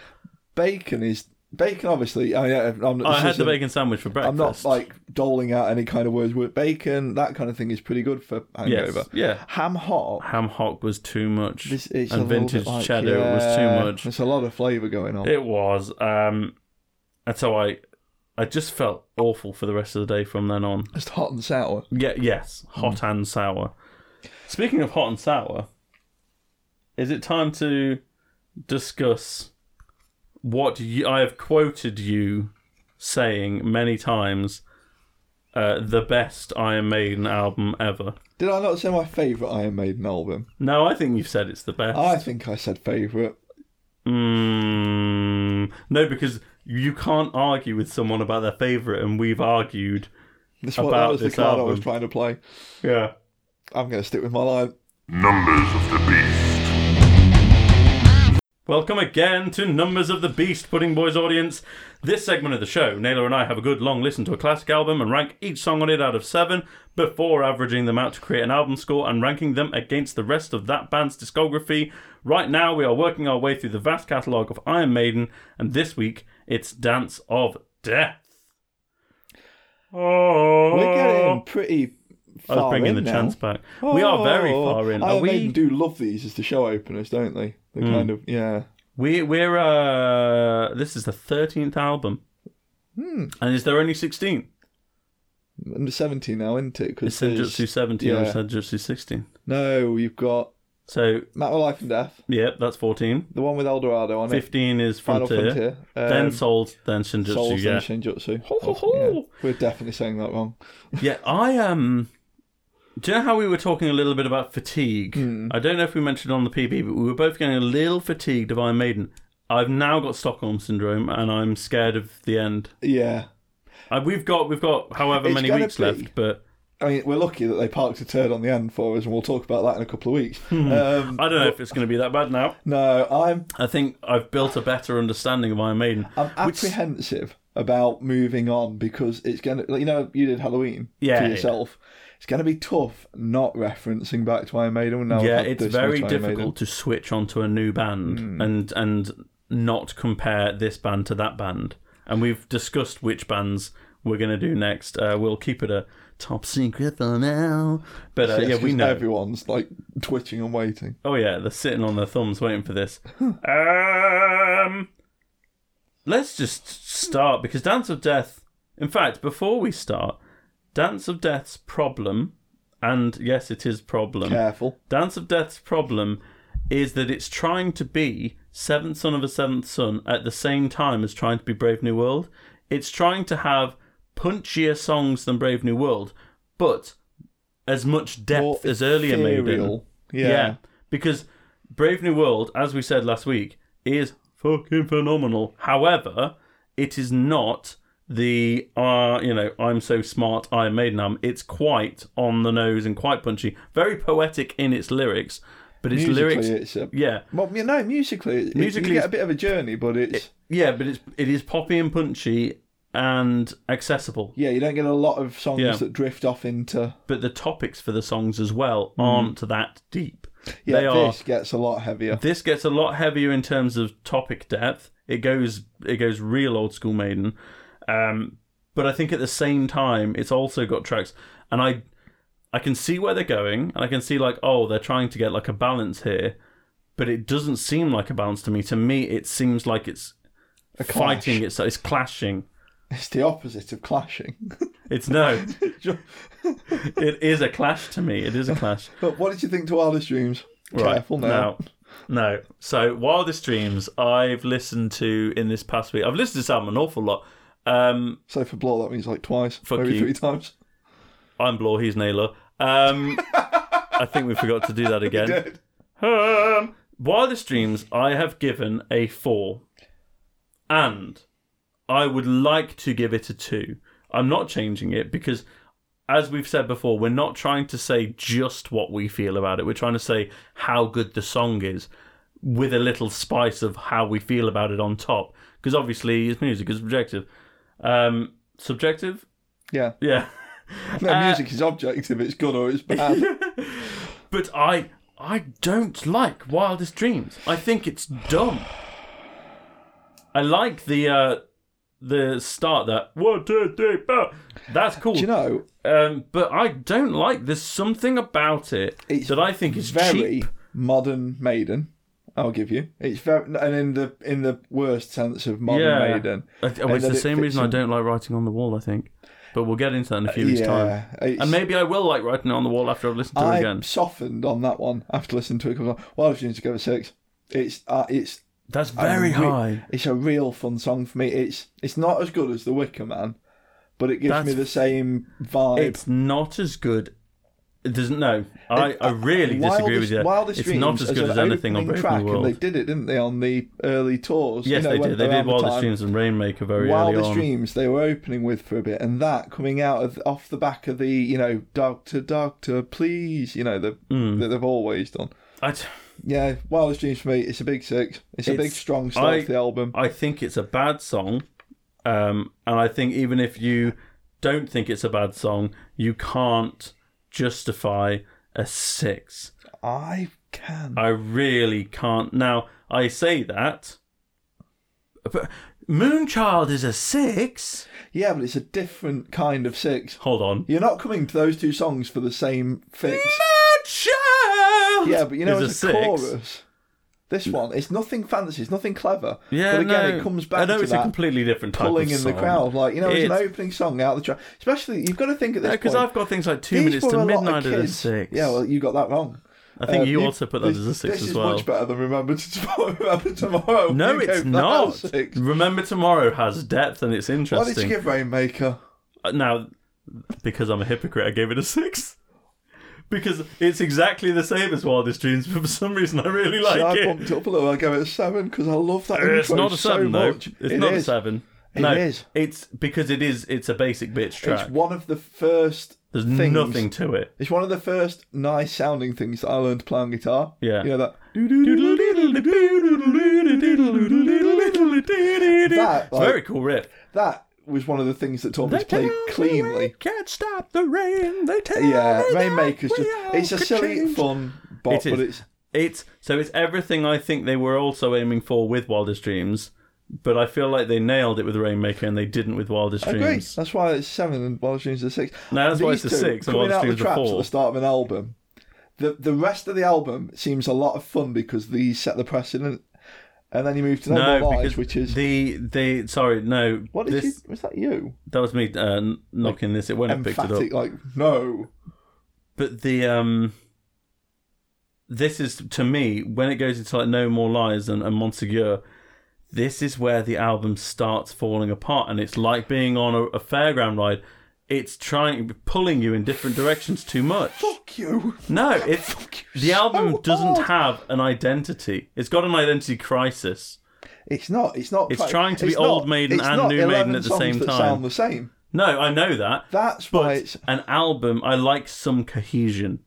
[SPEAKER 2] bacon is bacon. Obviously, I, mean, I'm,
[SPEAKER 4] I
[SPEAKER 2] this
[SPEAKER 4] had the
[SPEAKER 2] isn't-
[SPEAKER 4] bacon sandwich for breakfast.
[SPEAKER 2] I'm not like doling out any kind of words. With bacon, that kind of thing is pretty good for
[SPEAKER 4] yes,
[SPEAKER 2] hangover.
[SPEAKER 4] yeah.
[SPEAKER 2] Ham hock,
[SPEAKER 4] Ham hock was too much,
[SPEAKER 2] this it's a
[SPEAKER 4] and
[SPEAKER 2] little bit
[SPEAKER 4] vintage
[SPEAKER 2] like-
[SPEAKER 4] cheddar was too
[SPEAKER 2] yeah,
[SPEAKER 4] much.
[SPEAKER 2] There's a lot of flavour going on.
[SPEAKER 4] It was, um, and so I, I just felt awful for the rest of the day from then on.
[SPEAKER 2] Just hot and sour.
[SPEAKER 4] Yeah, yes, hot
[SPEAKER 2] Mm.
[SPEAKER 4] and sour. Speaking of hot and sour, is it time to discuss what you, I have quoted you saying many times? Uh, the best Iron Maiden album ever.
[SPEAKER 2] Did I not say my favourite Iron Maiden album?
[SPEAKER 4] No, I think you've said it's the best.
[SPEAKER 2] I think I said favourite.
[SPEAKER 4] Mm, no, because you can't argue with someone about their favourite, and we've argued.
[SPEAKER 2] This one, that
[SPEAKER 4] About
[SPEAKER 2] was the
[SPEAKER 4] this
[SPEAKER 2] card I was
[SPEAKER 4] album.
[SPEAKER 2] trying to play.
[SPEAKER 4] Yeah.
[SPEAKER 2] I'm going to stick with my line.
[SPEAKER 3] Numbers of the Beast.
[SPEAKER 4] Welcome again to Numbers of the Beast, Pudding Boys audience. This segment of the show, Naylor and I have a good long listen to a classic album and rank each song on it out of seven before averaging them out to create an album score and ranking them against the rest of that band's discography. Right now, we are working our way through the vast catalogue of Iron Maiden, and this week it's Dance of Death. Oh,
[SPEAKER 2] We're getting pretty
[SPEAKER 4] I
[SPEAKER 2] far
[SPEAKER 4] was
[SPEAKER 2] in
[SPEAKER 4] bringing the
[SPEAKER 2] now. Oh,
[SPEAKER 4] chance back. we are very far in.
[SPEAKER 2] I
[SPEAKER 4] Are
[SPEAKER 2] Iron Maiden
[SPEAKER 4] we? Hmm.
[SPEAKER 2] do love these as the show openers, don't they? They kind of yeah.
[SPEAKER 4] We we're uh this is the thirteenth album.
[SPEAKER 2] Hmm.
[SPEAKER 4] And is there only sixteen?
[SPEAKER 2] And the seventeen now, isn't it?
[SPEAKER 4] It's
[SPEAKER 2] Because
[SPEAKER 4] Senjutsu seventeen or
[SPEAKER 2] yeah.
[SPEAKER 4] Senjutsu sixteen.
[SPEAKER 2] no, you've got
[SPEAKER 4] So
[SPEAKER 2] Matter of Life and Death,
[SPEAKER 4] yep, that's fourteen.
[SPEAKER 2] the one with Eldorado on it,
[SPEAKER 4] Fifteen is
[SPEAKER 2] Final
[SPEAKER 4] Frontier.
[SPEAKER 2] Frontier, um,
[SPEAKER 4] then Souls, then Senjutsu,
[SPEAKER 2] Souls
[SPEAKER 4] yeah. Oh,
[SPEAKER 2] and Shinjutsu.
[SPEAKER 4] Ho, ho, ho.
[SPEAKER 2] Yeah. We're definitely saying that wrong.
[SPEAKER 4] Yeah, I um do you know how we were talking a little bit about fatigue?
[SPEAKER 2] Hmm.
[SPEAKER 4] I don't know if we mentioned it on the PB, but we were both getting a little fatigued of Iron Maiden. I've now got Stockholm syndrome, and I'm scared of the end.
[SPEAKER 2] Yeah,
[SPEAKER 4] Uh, we've got we've got however
[SPEAKER 2] It's
[SPEAKER 4] many
[SPEAKER 2] gonna
[SPEAKER 4] weeks
[SPEAKER 2] be.
[SPEAKER 4] left, but
[SPEAKER 2] I mean we're lucky that they parked a turd on the end for us, and we'll talk about that in a couple of weeks. um,
[SPEAKER 4] Hmm. I don't know if it's going to be that bad now.
[SPEAKER 2] no, I'm
[SPEAKER 4] I think I've built a better understanding of Iron Maiden.
[SPEAKER 2] I'm apprehensive about moving on because it's gonna. like, You know, you did Halloween
[SPEAKER 4] Yeah,
[SPEAKER 2] for
[SPEAKER 4] yeah.
[SPEAKER 2] yourself. It's gonna be tough not referencing back to Iron Maiden. Now I've
[SPEAKER 4] yeah,
[SPEAKER 2] had
[SPEAKER 4] it's
[SPEAKER 2] this much
[SPEAKER 4] very
[SPEAKER 2] Iron Maiden. Hmm.
[SPEAKER 4] difficult to switch onto a new band and and not compare this band to that band. And we've discussed which bands we're going to do next. Uh, we'll keep it a top secret for now. But uh,
[SPEAKER 2] Yes,
[SPEAKER 4] yeah, we
[SPEAKER 2] 'cause
[SPEAKER 4] know.
[SPEAKER 2] everyone's like twitching and waiting.
[SPEAKER 4] Oh yeah, they're sitting on their thumbs waiting for this. um, let's just start because Dance of Death. In fact, before we start, Dance of Death's problem, and yes, it is problem.
[SPEAKER 2] Careful.
[SPEAKER 4] Dance of Death's problem is that it's trying to be Seventh Son of a Seventh Son at the same time as trying to be Brave New World. It's trying to have punchier songs than Brave New World, but as much depth
[SPEAKER 2] More
[SPEAKER 4] as earlier Maiden.
[SPEAKER 2] ethereal. Yeah.
[SPEAKER 5] because Brave New World, as we said last week, is fucking phenomenal. However, it is not the uh you know I'm so smart Iron Maiden am. It's quite on the nose and quite punchy, very poetic in its lyrics, but its
[SPEAKER 2] musically,
[SPEAKER 5] lyrics,
[SPEAKER 2] it's a,
[SPEAKER 5] yeah,
[SPEAKER 2] well, you know, musically, it-
[SPEAKER 5] Musically
[SPEAKER 2] you
[SPEAKER 5] it's-
[SPEAKER 2] get a bit of a journey, but it's
[SPEAKER 5] yeah, but it's it is poppy and punchy and accessible.
[SPEAKER 2] yeah, you don't get a lot of songs
[SPEAKER 5] Yeah.
[SPEAKER 2] that drift off into
[SPEAKER 5] But the topics for the songs as well
[SPEAKER 2] Mm.
[SPEAKER 5] aren't that deep.
[SPEAKER 2] yeah.
[SPEAKER 5] they are
[SPEAKER 2] this gets a lot heavier.
[SPEAKER 5] This gets a lot heavier in terms of topic depth. It goes it goes real old school Maiden, um, but I think at the same time it's also got tracks, and I I can see where they're going, and I can see like oh they're trying to get like a balance here, but it doesn't seem like a balance to me. To me, it seems like it's
[SPEAKER 2] A clash.
[SPEAKER 5] fighting itself, it's clashing.
[SPEAKER 2] It's the opposite of clashing.
[SPEAKER 5] It's no, it is a clash to me. It is a clash.
[SPEAKER 2] but what did you think to Wildest Dreams? Careful now.
[SPEAKER 4] No, no. So Wildest Dreams, I've listened to in this past week. I've listened to this album an awful lot. Um,
[SPEAKER 2] So for Blore, that means like twice,
[SPEAKER 4] Fuck
[SPEAKER 2] maybe
[SPEAKER 4] you.
[SPEAKER 2] three times.
[SPEAKER 4] I'm Blore, he's Naylor. Um, I think we forgot to do that again.
[SPEAKER 2] Dead.
[SPEAKER 4] Um, Wildest Dreams, I have given a four, and I would like to give it a two. I'm not changing it because, as we've said before, we're not trying to say just what we feel about it. We're trying to say how good the song is with a little spice of how we feel about it on top. Because obviously, it's music, it's subjective. Um, subjective?
[SPEAKER 2] Yeah.
[SPEAKER 4] Yeah.
[SPEAKER 2] No, music is objective. It's good or it's bad.
[SPEAKER 4] But I I don't like Wildest Dreams. I think it's dumb. I like the uh the start that one two three four. That's cool.
[SPEAKER 2] Do you know?
[SPEAKER 4] um, but I don't like. There's something about it
[SPEAKER 2] It's
[SPEAKER 4] that I think is
[SPEAKER 2] Very
[SPEAKER 4] cheap.
[SPEAKER 2] modern Maiden. I'll give you. It's very and in the in the worst sense of modern
[SPEAKER 4] Yeah.
[SPEAKER 2] Maiden.
[SPEAKER 4] I th-
[SPEAKER 2] and
[SPEAKER 4] it's
[SPEAKER 2] that
[SPEAKER 4] the
[SPEAKER 2] it
[SPEAKER 4] same
[SPEAKER 2] fits
[SPEAKER 4] reason I
[SPEAKER 2] in-
[SPEAKER 4] don't like writing on the wall. I think, but we'll get into that in a few weeks' time.
[SPEAKER 2] it's-
[SPEAKER 4] And maybe I will like writing on the wall after I've listened to
[SPEAKER 2] I
[SPEAKER 4] it again.
[SPEAKER 2] softened on that one after listening to it. Because Wildest Dreams go a six. It's uh, it's
[SPEAKER 4] That's
[SPEAKER 2] a
[SPEAKER 4] very
[SPEAKER 2] re-
[SPEAKER 4] high.
[SPEAKER 2] It's a real fun song for me. It's it's not as good as The Wicker Man, but it gives
[SPEAKER 4] That's-
[SPEAKER 2] me the same vibe.
[SPEAKER 4] It's not as good. It doesn't. No, I, I really disagree with you.
[SPEAKER 2] uh, Wildest
[SPEAKER 4] it's
[SPEAKER 2] Dreams
[SPEAKER 4] not as good as
[SPEAKER 2] an
[SPEAKER 4] anything on
[SPEAKER 2] opening
[SPEAKER 4] Brave
[SPEAKER 2] track,
[SPEAKER 4] New
[SPEAKER 2] And
[SPEAKER 4] World.
[SPEAKER 2] they did it, didn't they, on the early tours? you
[SPEAKER 4] Yes,
[SPEAKER 2] know,
[SPEAKER 4] they
[SPEAKER 2] when-
[SPEAKER 4] did. They
[SPEAKER 2] around
[SPEAKER 4] did
[SPEAKER 2] the
[SPEAKER 4] Wildest
[SPEAKER 2] time.
[SPEAKER 4] Dreams and Rainmaker very early
[SPEAKER 2] Wildest
[SPEAKER 4] on.
[SPEAKER 2] Dreams they were opening with for a bit, and that coming out of, off the back of the you know Doctor Doctor Please, you know the,
[SPEAKER 4] Hmm.
[SPEAKER 2] that they've always done.
[SPEAKER 4] I, t-
[SPEAKER 2] Yeah, Wildest Dreams for me, it's a big six. It's a
[SPEAKER 4] It's-
[SPEAKER 2] big strong start
[SPEAKER 4] I-
[SPEAKER 2] to the album.
[SPEAKER 4] I think it's a bad song, um, and I think even if you don't think it's a bad song, you can't justify a six.
[SPEAKER 2] I can.
[SPEAKER 4] I really can't. Now I say that, but Moonchild is a six.
[SPEAKER 2] Yeah, but it's a different kind of six.
[SPEAKER 4] Hold on,
[SPEAKER 2] You're not coming to those two songs for the same fix.
[SPEAKER 4] Moonchild.
[SPEAKER 2] Yeah, but you know,
[SPEAKER 4] is
[SPEAKER 2] it's a, chorus. This one, it's nothing fancy, it's nothing clever.
[SPEAKER 4] Yeah,
[SPEAKER 2] but again,
[SPEAKER 4] no.
[SPEAKER 2] it comes back
[SPEAKER 4] I know
[SPEAKER 2] to
[SPEAKER 4] it's a
[SPEAKER 2] that
[SPEAKER 4] completely different type
[SPEAKER 2] pulling
[SPEAKER 4] of
[SPEAKER 2] in
[SPEAKER 4] song.
[SPEAKER 2] the crowd. Like you know, it's,
[SPEAKER 4] It's-
[SPEAKER 2] an opening song out of the track. Especially, you've got to think at this
[SPEAKER 4] Because
[SPEAKER 2] point.
[SPEAKER 4] I've got things like two
[SPEAKER 2] these
[SPEAKER 4] minutes
[SPEAKER 2] were
[SPEAKER 4] to
[SPEAKER 2] a lot of
[SPEAKER 4] midnight of the
[SPEAKER 2] kids.
[SPEAKER 4] six.
[SPEAKER 2] Yeah, well, you got that wrong.
[SPEAKER 4] I think
[SPEAKER 2] Um,
[SPEAKER 4] you, also put that
[SPEAKER 2] this,
[SPEAKER 4] as a six
[SPEAKER 2] this
[SPEAKER 4] as
[SPEAKER 2] is
[SPEAKER 4] well.
[SPEAKER 2] much better than remember to tomorrow. Remember tomorrow.
[SPEAKER 4] no,
[SPEAKER 2] You
[SPEAKER 4] it's
[SPEAKER 2] gave that
[SPEAKER 4] not.
[SPEAKER 2] a six.
[SPEAKER 4] Remember tomorrow has depth and it's
[SPEAKER 2] Why did you
[SPEAKER 4] interesting.
[SPEAKER 2] give Rainmaker?
[SPEAKER 4] Uh, Now, because I'm a hypocrite, I gave it a six. Because it's exactly the same as Wildest Dreams, but for some reason I really like
[SPEAKER 2] See, I
[SPEAKER 4] it.
[SPEAKER 2] bumped it up a little. I gave it a seven because I love that.
[SPEAKER 4] Uh, It's
[SPEAKER 2] intro
[SPEAKER 4] not a
[SPEAKER 2] so
[SPEAKER 4] seven
[SPEAKER 2] much.
[SPEAKER 4] though. It's
[SPEAKER 2] It
[SPEAKER 4] not
[SPEAKER 2] is.
[SPEAKER 4] a seven.
[SPEAKER 2] It
[SPEAKER 4] no,
[SPEAKER 2] is.
[SPEAKER 4] it's because it is. It's a basic bitch track.
[SPEAKER 2] It's one of the first
[SPEAKER 4] There's
[SPEAKER 2] things.
[SPEAKER 4] nothing to it.
[SPEAKER 2] It's one of the first nice sounding things that I learned to play on guitar.
[SPEAKER 4] Yeah.
[SPEAKER 2] You know that
[SPEAKER 4] That,
[SPEAKER 2] That, like-
[SPEAKER 4] very cool riff.
[SPEAKER 2] that was one of the things that taught me to play cleanly.
[SPEAKER 4] Can't stop the rain. They tell
[SPEAKER 2] Yeah, Rainmaker's just it's a silly fun bop,
[SPEAKER 4] It is.
[SPEAKER 2] but it's
[SPEAKER 4] It's so it's everything I think they were also aiming for with Wildest Dreams, but I feel like they nailed it with Rainmaker and they didn't with Wildest
[SPEAKER 2] I agree.
[SPEAKER 4] Dreams.
[SPEAKER 2] That's why it's seven and Wildest Dreams are six.
[SPEAKER 4] No, that's why
[SPEAKER 2] These
[SPEAKER 4] it's a
[SPEAKER 2] two
[SPEAKER 4] six and
[SPEAKER 2] coming
[SPEAKER 4] Wildest
[SPEAKER 2] out
[SPEAKER 4] Dreams
[SPEAKER 2] the
[SPEAKER 4] are
[SPEAKER 2] traps
[SPEAKER 4] four.
[SPEAKER 2] at the start of an album. The the rest of the album seems a lot of fun because these set the precedent, and then you move to No,
[SPEAKER 4] No,
[SPEAKER 2] More Lies,
[SPEAKER 4] because
[SPEAKER 2] which is
[SPEAKER 4] the the sorry no.
[SPEAKER 2] what did
[SPEAKER 4] this,
[SPEAKER 2] you? Was that you?
[SPEAKER 4] That was me uh, n- knocking this. It went and picked it up.
[SPEAKER 2] Emphatic, like no.
[SPEAKER 4] but the um this is to me when it goes into like no more lies and, and monsegur this is where the album starts falling apart and it's like being on a, a fairground ride it's trying pulling you in different directions too much.
[SPEAKER 2] Fuck you.
[SPEAKER 4] No, it's
[SPEAKER 2] you
[SPEAKER 4] the album
[SPEAKER 2] so
[SPEAKER 4] doesn't
[SPEAKER 2] hard.
[SPEAKER 4] have an identity. It's got an identity crisis.
[SPEAKER 2] It's not. It's not.
[SPEAKER 4] It's trying to be Old Maiden
[SPEAKER 2] it's
[SPEAKER 4] and
[SPEAKER 2] not
[SPEAKER 4] New
[SPEAKER 2] 11
[SPEAKER 4] Maiden at the
[SPEAKER 2] songs
[SPEAKER 4] same
[SPEAKER 2] that
[SPEAKER 4] time.
[SPEAKER 2] Sound the same.
[SPEAKER 4] No, I know that.
[SPEAKER 2] That's
[SPEAKER 4] but
[SPEAKER 2] why it's.
[SPEAKER 4] an album. I like some cohesion,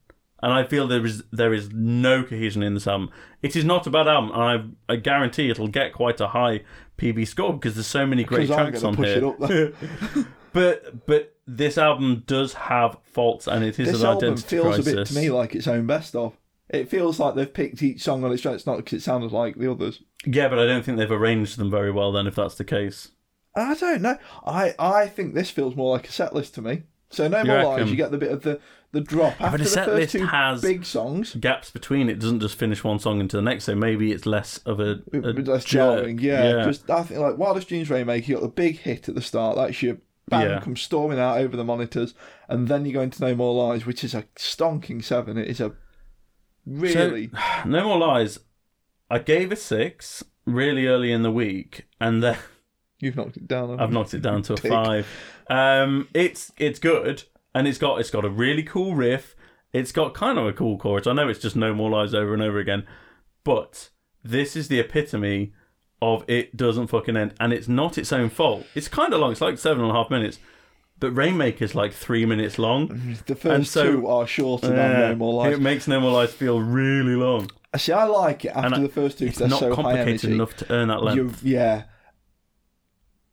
[SPEAKER 4] and I feel there is there is no cohesion in this album. It is not a bad album, and I, I guarantee it'll get quite a high PB score because there's so many great
[SPEAKER 2] Because I'm
[SPEAKER 4] tracks
[SPEAKER 2] going
[SPEAKER 4] on
[SPEAKER 2] to push
[SPEAKER 4] here.
[SPEAKER 2] it up. There.
[SPEAKER 4] But but this album does have faults, and it is
[SPEAKER 2] this
[SPEAKER 4] an
[SPEAKER 2] album
[SPEAKER 4] identity
[SPEAKER 2] feels
[SPEAKER 4] crisis.
[SPEAKER 2] a bit to me like its own best of. It feels like they've picked each song on its own. It's not because it sounded like the others.
[SPEAKER 4] Yeah, but I don't think they've arranged them very well. Then, if that's the case,
[SPEAKER 2] I don't know. I, I think this feels more like a set list to me. So no more
[SPEAKER 4] reckon?
[SPEAKER 2] lies. You get the bit of the the drop after
[SPEAKER 4] a
[SPEAKER 2] the
[SPEAKER 4] set
[SPEAKER 2] first
[SPEAKER 4] list
[SPEAKER 2] two
[SPEAKER 4] has-
[SPEAKER 2] big songs.
[SPEAKER 4] gaps between it doesn't just finish one song into the next. So maybe it's less of a, a
[SPEAKER 2] But That's
[SPEAKER 4] jerk.
[SPEAKER 2] jarring, yeah. Just I think like Wildest Dreams Rainmaker, you got the big hit at the start. That's your band
[SPEAKER 4] Yeah.
[SPEAKER 2] comes storming out over the monitors, and then you go into No More Lies, which is a stonking seven. It is a really
[SPEAKER 4] No more lies. I gave a six really early in the week, and then
[SPEAKER 2] you've knocked it down.
[SPEAKER 4] I've knocked it down to a
[SPEAKER 2] Dick.
[SPEAKER 4] five. Um, it's it's good, and it's got it's got a really cool riff. It's got kind of a cool chorus. I know it's just no more lies over and over again, but this is the epitome of it doesn't fucking end, and it's not its own fault. It's kind of long. It's like seven and a half minutes, but Rainmaker's like three minutes long.
[SPEAKER 2] the first
[SPEAKER 4] so-
[SPEAKER 2] two are shorter than
[SPEAKER 4] Yeah,
[SPEAKER 2] No More Lies.
[SPEAKER 4] It makes No More Lies feel really long.
[SPEAKER 2] See, I like it after
[SPEAKER 4] I-
[SPEAKER 2] the first two
[SPEAKER 4] It's
[SPEAKER 2] because they're
[SPEAKER 4] not
[SPEAKER 2] so high
[SPEAKER 4] complicated
[SPEAKER 2] energy.
[SPEAKER 4] enough to earn that length.
[SPEAKER 2] You- yeah,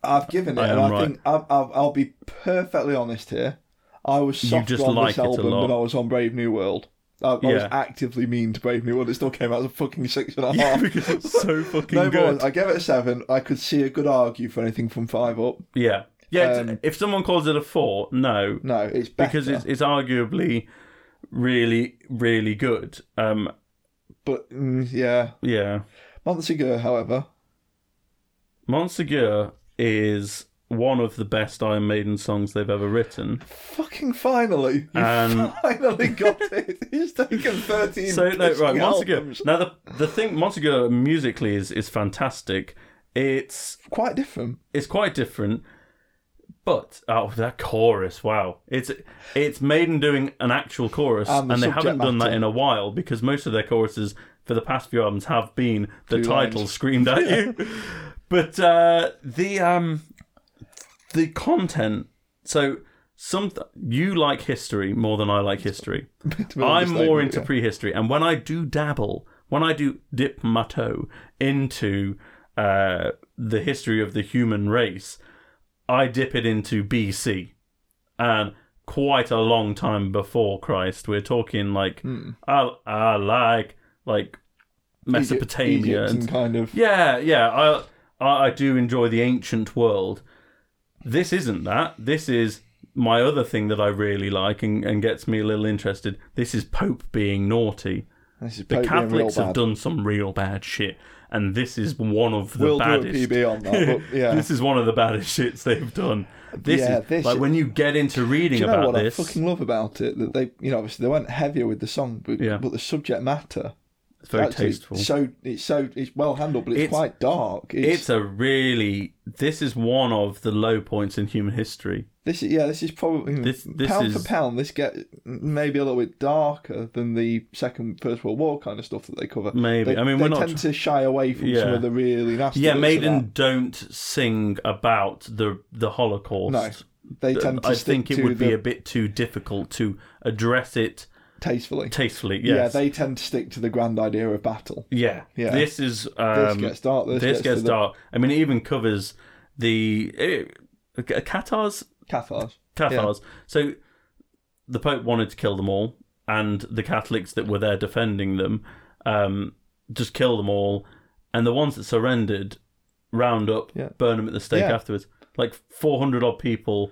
[SPEAKER 2] I've given it,
[SPEAKER 4] I
[SPEAKER 2] and
[SPEAKER 4] am
[SPEAKER 2] I think i I've, I'll be perfectly honest here. I was soft
[SPEAKER 4] just
[SPEAKER 2] on
[SPEAKER 4] like
[SPEAKER 2] this
[SPEAKER 4] it a
[SPEAKER 2] album
[SPEAKER 4] lot.
[SPEAKER 2] when I was on Brave New World. I, I was
[SPEAKER 4] Yeah.
[SPEAKER 2] actively mean to Brave New World. It still came out as a fucking six and a half.
[SPEAKER 4] Yeah, because it's so fucking
[SPEAKER 2] Oh. no
[SPEAKER 4] good.
[SPEAKER 2] more. I gave it a seven. I could see a good argue for anything from five up.
[SPEAKER 4] Yeah, yeah. it's-
[SPEAKER 2] Um,
[SPEAKER 4] if someone calls it a four, no,
[SPEAKER 2] No, it's better.
[SPEAKER 4] because it's it's arguably really really good. Um,
[SPEAKER 2] but mm, yeah,
[SPEAKER 4] yeah,
[SPEAKER 2] Montsegur, however,
[SPEAKER 4] Monsegur is one of the best Iron Maiden songs they've ever written.
[SPEAKER 2] fucking finally, you
[SPEAKER 4] Um,
[SPEAKER 2] finally got it. It's taken thirteen.
[SPEAKER 4] So no, right,
[SPEAKER 2] pissing
[SPEAKER 4] Monsegur.
[SPEAKER 2] albums.
[SPEAKER 4] Now the the thing, Monsegur musically is is fantastic. It's
[SPEAKER 2] quite different.
[SPEAKER 4] it's quite different. But oh, that chorus! Wow, it's it's Maiden doing an actual chorus,
[SPEAKER 2] And
[SPEAKER 4] and,
[SPEAKER 2] the
[SPEAKER 4] they
[SPEAKER 2] subject
[SPEAKER 4] haven't done that
[SPEAKER 2] matter.
[SPEAKER 4] in a while because most of their choruses for the past few albums have been the
[SPEAKER 2] Two
[SPEAKER 4] title
[SPEAKER 2] lines.
[SPEAKER 4] screamed at you. But uh, the um the content. So some you like history more than I like history.
[SPEAKER 2] To be
[SPEAKER 4] I'm
[SPEAKER 2] honest, like,
[SPEAKER 4] more into
[SPEAKER 2] yeah.
[SPEAKER 4] prehistory, and when I do dabble, when I do dip my toe into uh, the history of the human race, I dip it into BC, and quite a long time before Christ. We're talking like
[SPEAKER 2] Hmm.
[SPEAKER 4] I, I like like Mesopotamia
[SPEAKER 2] Egypt
[SPEAKER 4] and
[SPEAKER 2] and kind of
[SPEAKER 4] yeah, yeah. I, I I do enjoy the ancient world. This isn't that. This is my other thing that I really like and, and gets me a little interested. This is Pope being naughty.
[SPEAKER 2] this is
[SPEAKER 4] The
[SPEAKER 2] Pope being real
[SPEAKER 4] Catholics have
[SPEAKER 2] bad.
[SPEAKER 4] done some real bad shit, and this is one of the
[SPEAKER 2] We'll do a
[SPEAKER 4] baddest.
[SPEAKER 2] PB on that, but yeah.
[SPEAKER 4] this is one of the baddest shits they've done. This
[SPEAKER 2] Yeah,
[SPEAKER 4] is
[SPEAKER 2] this
[SPEAKER 4] like
[SPEAKER 2] is-
[SPEAKER 4] when you get into reading
[SPEAKER 2] Do you know
[SPEAKER 4] about
[SPEAKER 2] what
[SPEAKER 4] this.
[SPEAKER 2] I fucking love about it? That they, you know, obviously they went heavier with the song, but,
[SPEAKER 4] Yeah.
[SPEAKER 2] but the subject matter
[SPEAKER 4] it's very
[SPEAKER 2] actually
[SPEAKER 4] tasteful.
[SPEAKER 2] So it's so it's well handled, but it's,
[SPEAKER 4] It's-
[SPEAKER 2] quite dark. It's,
[SPEAKER 4] It's a really. This is one of the low points in human history.
[SPEAKER 2] this is yeah, this is probably
[SPEAKER 4] This- this
[SPEAKER 2] pound
[SPEAKER 4] is-
[SPEAKER 2] for pound. This get maybe a little bit darker than the second First World War kind of stuff that they cover.
[SPEAKER 4] Maybe.
[SPEAKER 2] they,
[SPEAKER 4] I mean,
[SPEAKER 2] they
[SPEAKER 4] we're not
[SPEAKER 2] tend to shy away from some
[SPEAKER 4] Yeah.
[SPEAKER 2] of the really nasty.
[SPEAKER 4] Yeah,
[SPEAKER 2] bits of
[SPEAKER 4] Maiden
[SPEAKER 2] that.
[SPEAKER 4] don't sing about the the Holocaust.
[SPEAKER 2] They tend to
[SPEAKER 4] I
[SPEAKER 2] stick
[SPEAKER 4] think it
[SPEAKER 2] to
[SPEAKER 4] would be
[SPEAKER 2] the-
[SPEAKER 4] a bit too difficult to address it
[SPEAKER 2] tastefully.
[SPEAKER 4] tastefully.
[SPEAKER 2] Yeah,
[SPEAKER 4] Yes. Yeah,
[SPEAKER 2] they tend to stick to the grand idea of battle.
[SPEAKER 4] yeah.
[SPEAKER 2] Yeah.
[SPEAKER 4] This is um,
[SPEAKER 2] This gets dark. This,
[SPEAKER 4] this
[SPEAKER 2] gets,
[SPEAKER 4] gets
[SPEAKER 2] to
[SPEAKER 4] dark. I mean, it even covers the it, Qatar's
[SPEAKER 2] the Cathars.
[SPEAKER 4] Cathars. So the Pope wanted to kill them all, and the Catholics that were there defending them um, just kill them all, and the ones that surrendered round up,
[SPEAKER 2] Yeah.
[SPEAKER 4] burn them at the stake
[SPEAKER 2] Yeah.
[SPEAKER 4] afterwards. Like 400 odd people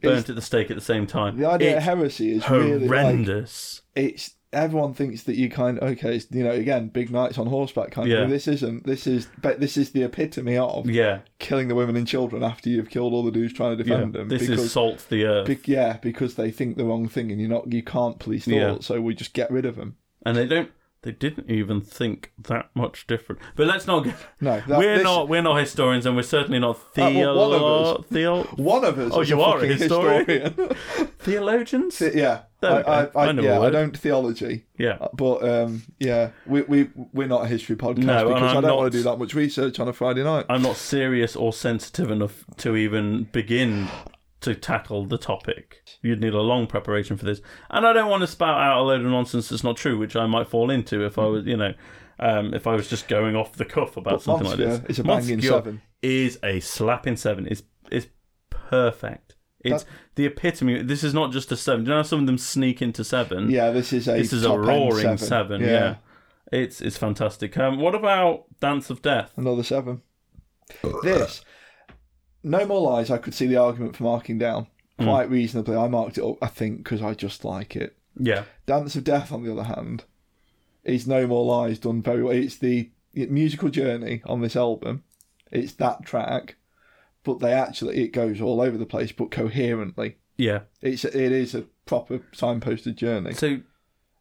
[SPEAKER 4] burnt
[SPEAKER 2] It's-
[SPEAKER 4] at the stake at the same time.
[SPEAKER 2] The idea of
[SPEAKER 4] it's
[SPEAKER 2] heresy is really like
[SPEAKER 4] horrendous.
[SPEAKER 2] it's everyone thinks that you kind of okay, it's, you know, again, big knights on horseback kind of
[SPEAKER 4] Yeah.
[SPEAKER 2] thing. This isn't. This is, but this is the epitome of
[SPEAKER 4] yeah,
[SPEAKER 2] killing the women and children after you've killed all the dudes trying to
[SPEAKER 4] yeah.
[SPEAKER 2] defend them.
[SPEAKER 4] This
[SPEAKER 2] because,
[SPEAKER 4] is salt the earth,
[SPEAKER 2] be- yeah, because they think the wrong thing and you're not, you can't police thought,
[SPEAKER 4] Yeah.
[SPEAKER 2] so we just get rid of them.
[SPEAKER 4] and they don't They didn't even think that much different. But let's not get.
[SPEAKER 2] No, that-
[SPEAKER 4] we're
[SPEAKER 2] this- Uh,
[SPEAKER 4] not. We're not historians, and we're certainly not theo-
[SPEAKER 2] well, one of us-
[SPEAKER 4] theo-
[SPEAKER 2] One of us.
[SPEAKER 4] Oh,
[SPEAKER 2] is
[SPEAKER 4] you are a
[SPEAKER 2] fucking
[SPEAKER 4] historian.
[SPEAKER 2] historian.
[SPEAKER 4] theologians.
[SPEAKER 2] yeah, I,
[SPEAKER 4] There we
[SPEAKER 2] I,
[SPEAKER 4] go.
[SPEAKER 2] I,
[SPEAKER 4] I know a
[SPEAKER 2] yeah, I
[SPEAKER 4] word.
[SPEAKER 2] don't theology.
[SPEAKER 4] yeah,
[SPEAKER 2] But um, yeah, we we we're not a history podcast
[SPEAKER 4] No, and
[SPEAKER 2] because I
[SPEAKER 4] I'm
[SPEAKER 2] don't
[SPEAKER 4] not-
[SPEAKER 2] want to do that much research on a Friday night.
[SPEAKER 4] I'm not serious or sensitive enough to even begin to tackle the topic. You'd need a long preparation for this, and I don't want to spout out a load of nonsense that's not true, which I might fall into if I
[SPEAKER 2] Mm-hmm.
[SPEAKER 4] was, you know, um, if I was just going off the cuff about something like this.
[SPEAKER 2] Monster is a banging
[SPEAKER 4] Monster
[SPEAKER 2] seven.
[SPEAKER 4] Is a slapping seven. It's it's perfect. It's the epitome. This is not just a seven. Do you know how some of them sneak into seven?
[SPEAKER 2] Yeah, this is a
[SPEAKER 4] This is a
[SPEAKER 2] top-end
[SPEAKER 4] roaring seven. yeah.
[SPEAKER 2] yeah,
[SPEAKER 4] It's it's fantastic. Um, what about Dance of Death?
[SPEAKER 2] another seven. This, no more lies. I could see the argument for marking down
[SPEAKER 4] Hmm.
[SPEAKER 2] quite reasonably. I marked it up, I think, because I just like it.
[SPEAKER 4] Yeah.
[SPEAKER 2] Dance of Death, on the other hand, is No More Lies done very well. It's the musical journey on this album. It's that track, but they actually it goes all over the place, but coherently.
[SPEAKER 4] Yeah.
[SPEAKER 2] It's it is a proper signposted journey.
[SPEAKER 4] So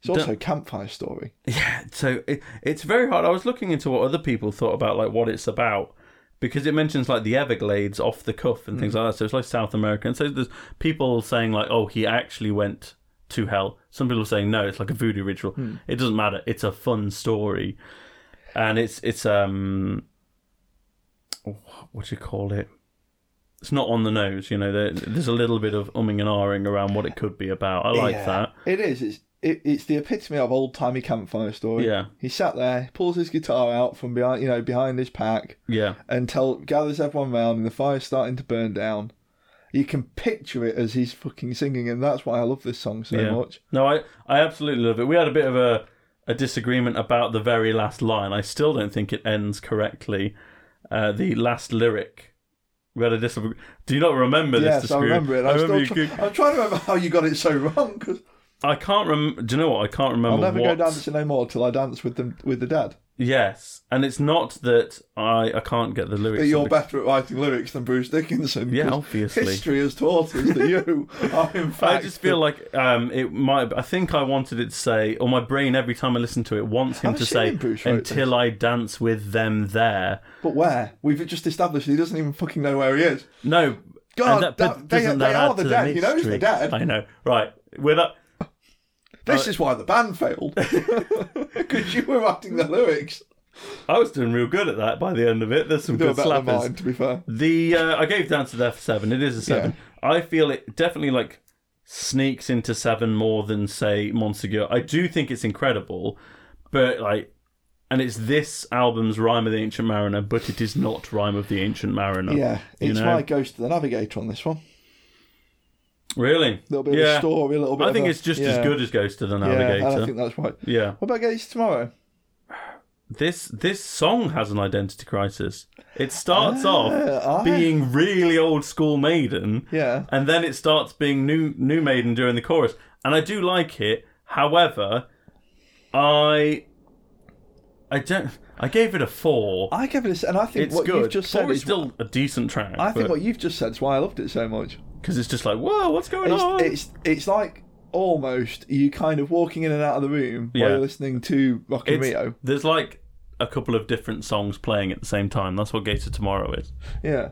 [SPEAKER 2] It's also a campfire story.
[SPEAKER 4] yeah, so it, it's very hard. I was looking into what other people thought about like what it's about because it mentions like the Everglades off the cuff and things like that. So it's like South America, and so there's people saying like, oh, he actually went to hell. Some people are saying no, it's like a voodoo ritual. It doesn't matter. It's a fun story, and it's it's um, wh- what do you call it? It's not on the nose, you know. There, there's a little bit of umming and ahhing around what it could be about. I like
[SPEAKER 2] Yeah.
[SPEAKER 4] that.
[SPEAKER 2] It is. It's it, it's the epitome of old timey campfire story.
[SPEAKER 4] Yeah.
[SPEAKER 2] He sat there, pulls his guitar out from behind you know, behind his pack
[SPEAKER 4] Yeah,
[SPEAKER 2] and tell gathers everyone round and the fire's starting to burn down. You can picture it as he's fucking singing, and that's why I love this song so
[SPEAKER 4] Yeah.
[SPEAKER 2] much.
[SPEAKER 4] No, I, I absolutely love it. We had a bit of a, a disagreement about the very last line. I still don't think it ends correctly. Uh, the last lyric. We had a disagreement. Do you not remember this
[SPEAKER 2] yes, I
[SPEAKER 4] disagreement?
[SPEAKER 2] remember it. I'm,
[SPEAKER 4] remember
[SPEAKER 2] still
[SPEAKER 4] you-
[SPEAKER 2] try- I'm trying to remember how you got it so wrong because
[SPEAKER 4] I can't remember. Do you know what? I can't remember
[SPEAKER 2] I'll never
[SPEAKER 4] what.
[SPEAKER 2] go dancing no more till I dance with them with the dad.
[SPEAKER 4] Yes, and it's not that I, I can't get the lyrics.
[SPEAKER 2] But
[SPEAKER 4] of
[SPEAKER 2] you're
[SPEAKER 4] the-
[SPEAKER 2] better at writing lyrics than Bruce Dickinson.
[SPEAKER 4] Yeah,
[SPEAKER 2] 'cause
[SPEAKER 4] obviously.
[SPEAKER 2] History has taught us that you are in fact.
[SPEAKER 4] I just feel like um, it might. I think I wanted it to say, or my brain every time I listen to it wants him
[SPEAKER 2] I'm
[SPEAKER 4] to say,
[SPEAKER 2] assuming Bruce wrote
[SPEAKER 4] "Until I dance with them there."
[SPEAKER 2] But where? We've just established he doesn't even fucking know where he is.
[SPEAKER 4] No.
[SPEAKER 2] God,
[SPEAKER 4] and that,
[SPEAKER 2] that-
[SPEAKER 4] but
[SPEAKER 2] they-
[SPEAKER 4] doesn't
[SPEAKER 2] they
[SPEAKER 4] that
[SPEAKER 2] are
[SPEAKER 4] add
[SPEAKER 2] the
[SPEAKER 4] to
[SPEAKER 2] dead.
[SPEAKER 4] The
[SPEAKER 2] He knows they're
[SPEAKER 4] mystery?
[SPEAKER 2] dead.
[SPEAKER 4] I know. Right. We're not.
[SPEAKER 2] This
[SPEAKER 4] Uh,
[SPEAKER 2] is why the band failed because you were writing the lyrics.
[SPEAKER 4] I was doing real good at that by the end of it. There's some
[SPEAKER 2] Do a
[SPEAKER 4] good
[SPEAKER 2] better than mine,
[SPEAKER 4] slappers.
[SPEAKER 2] to be fair.
[SPEAKER 4] The uh, I gave Down to Death seven. It is a seven. I feel it definitely like sneaks into seven more than say Monsegur. I do think it's incredible, but like, and it's this album's Rhyme of the Ancient Mariner, but it is not Rhyme of the Ancient Mariner.
[SPEAKER 2] Yeah,
[SPEAKER 4] Oh, you
[SPEAKER 2] it's
[SPEAKER 4] know?
[SPEAKER 2] my Ghost of the Navigator on this one.
[SPEAKER 4] really.
[SPEAKER 2] A little bit of
[SPEAKER 4] yeah.
[SPEAKER 2] a story, a little bit.
[SPEAKER 4] I
[SPEAKER 2] of
[SPEAKER 4] think
[SPEAKER 2] a-
[SPEAKER 4] it's just
[SPEAKER 2] yeah.
[SPEAKER 4] as good as Ghost of the
[SPEAKER 2] Yeah, and I
[SPEAKER 4] Navigator.
[SPEAKER 2] think that's right.
[SPEAKER 4] yeah.
[SPEAKER 2] What about Gates tomorrow?
[SPEAKER 4] this this song has an identity crisis. It starts off
[SPEAKER 2] Ah, I-
[SPEAKER 4] being really old school Maiden,
[SPEAKER 2] Yeah.
[SPEAKER 4] and then it starts being new new Maiden during the chorus. And I do like it. However, I I don't. I gave it a four.
[SPEAKER 2] I give it a, and I think
[SPEAKER 4] Uh, it's
[SPEAKER 2] what
[SPEAKER 4] good.
[SPEAKER 2] you've just
[SPEAKER 4] four
[SPEAKER 2] said
[SPEAKER 4] is
[SPEAKER 2] is
[SPEAKER 4] still a decent track.
[SPEAKER 2] I think what you've just said is why I loved it so much.
[SPEAKER 4] because it's just like whoa, what's going
[SPEAKER 2] It's,
[SPEAKER 4] on?
[SPEAKER 2] it's it's like almost you kind of walking in and out of the room
[SPEAKER 4] Yeah.
[SPEAKER 2] while you're listening to Rocky
[SPEAKER 4] It's-
[SPEAKER 2] Rio.
[SPEAKER 4] there's like a couple of different songs playing at the same time. That's what Gates of Tomorrow is.
[SPEAKER 2] Yeah.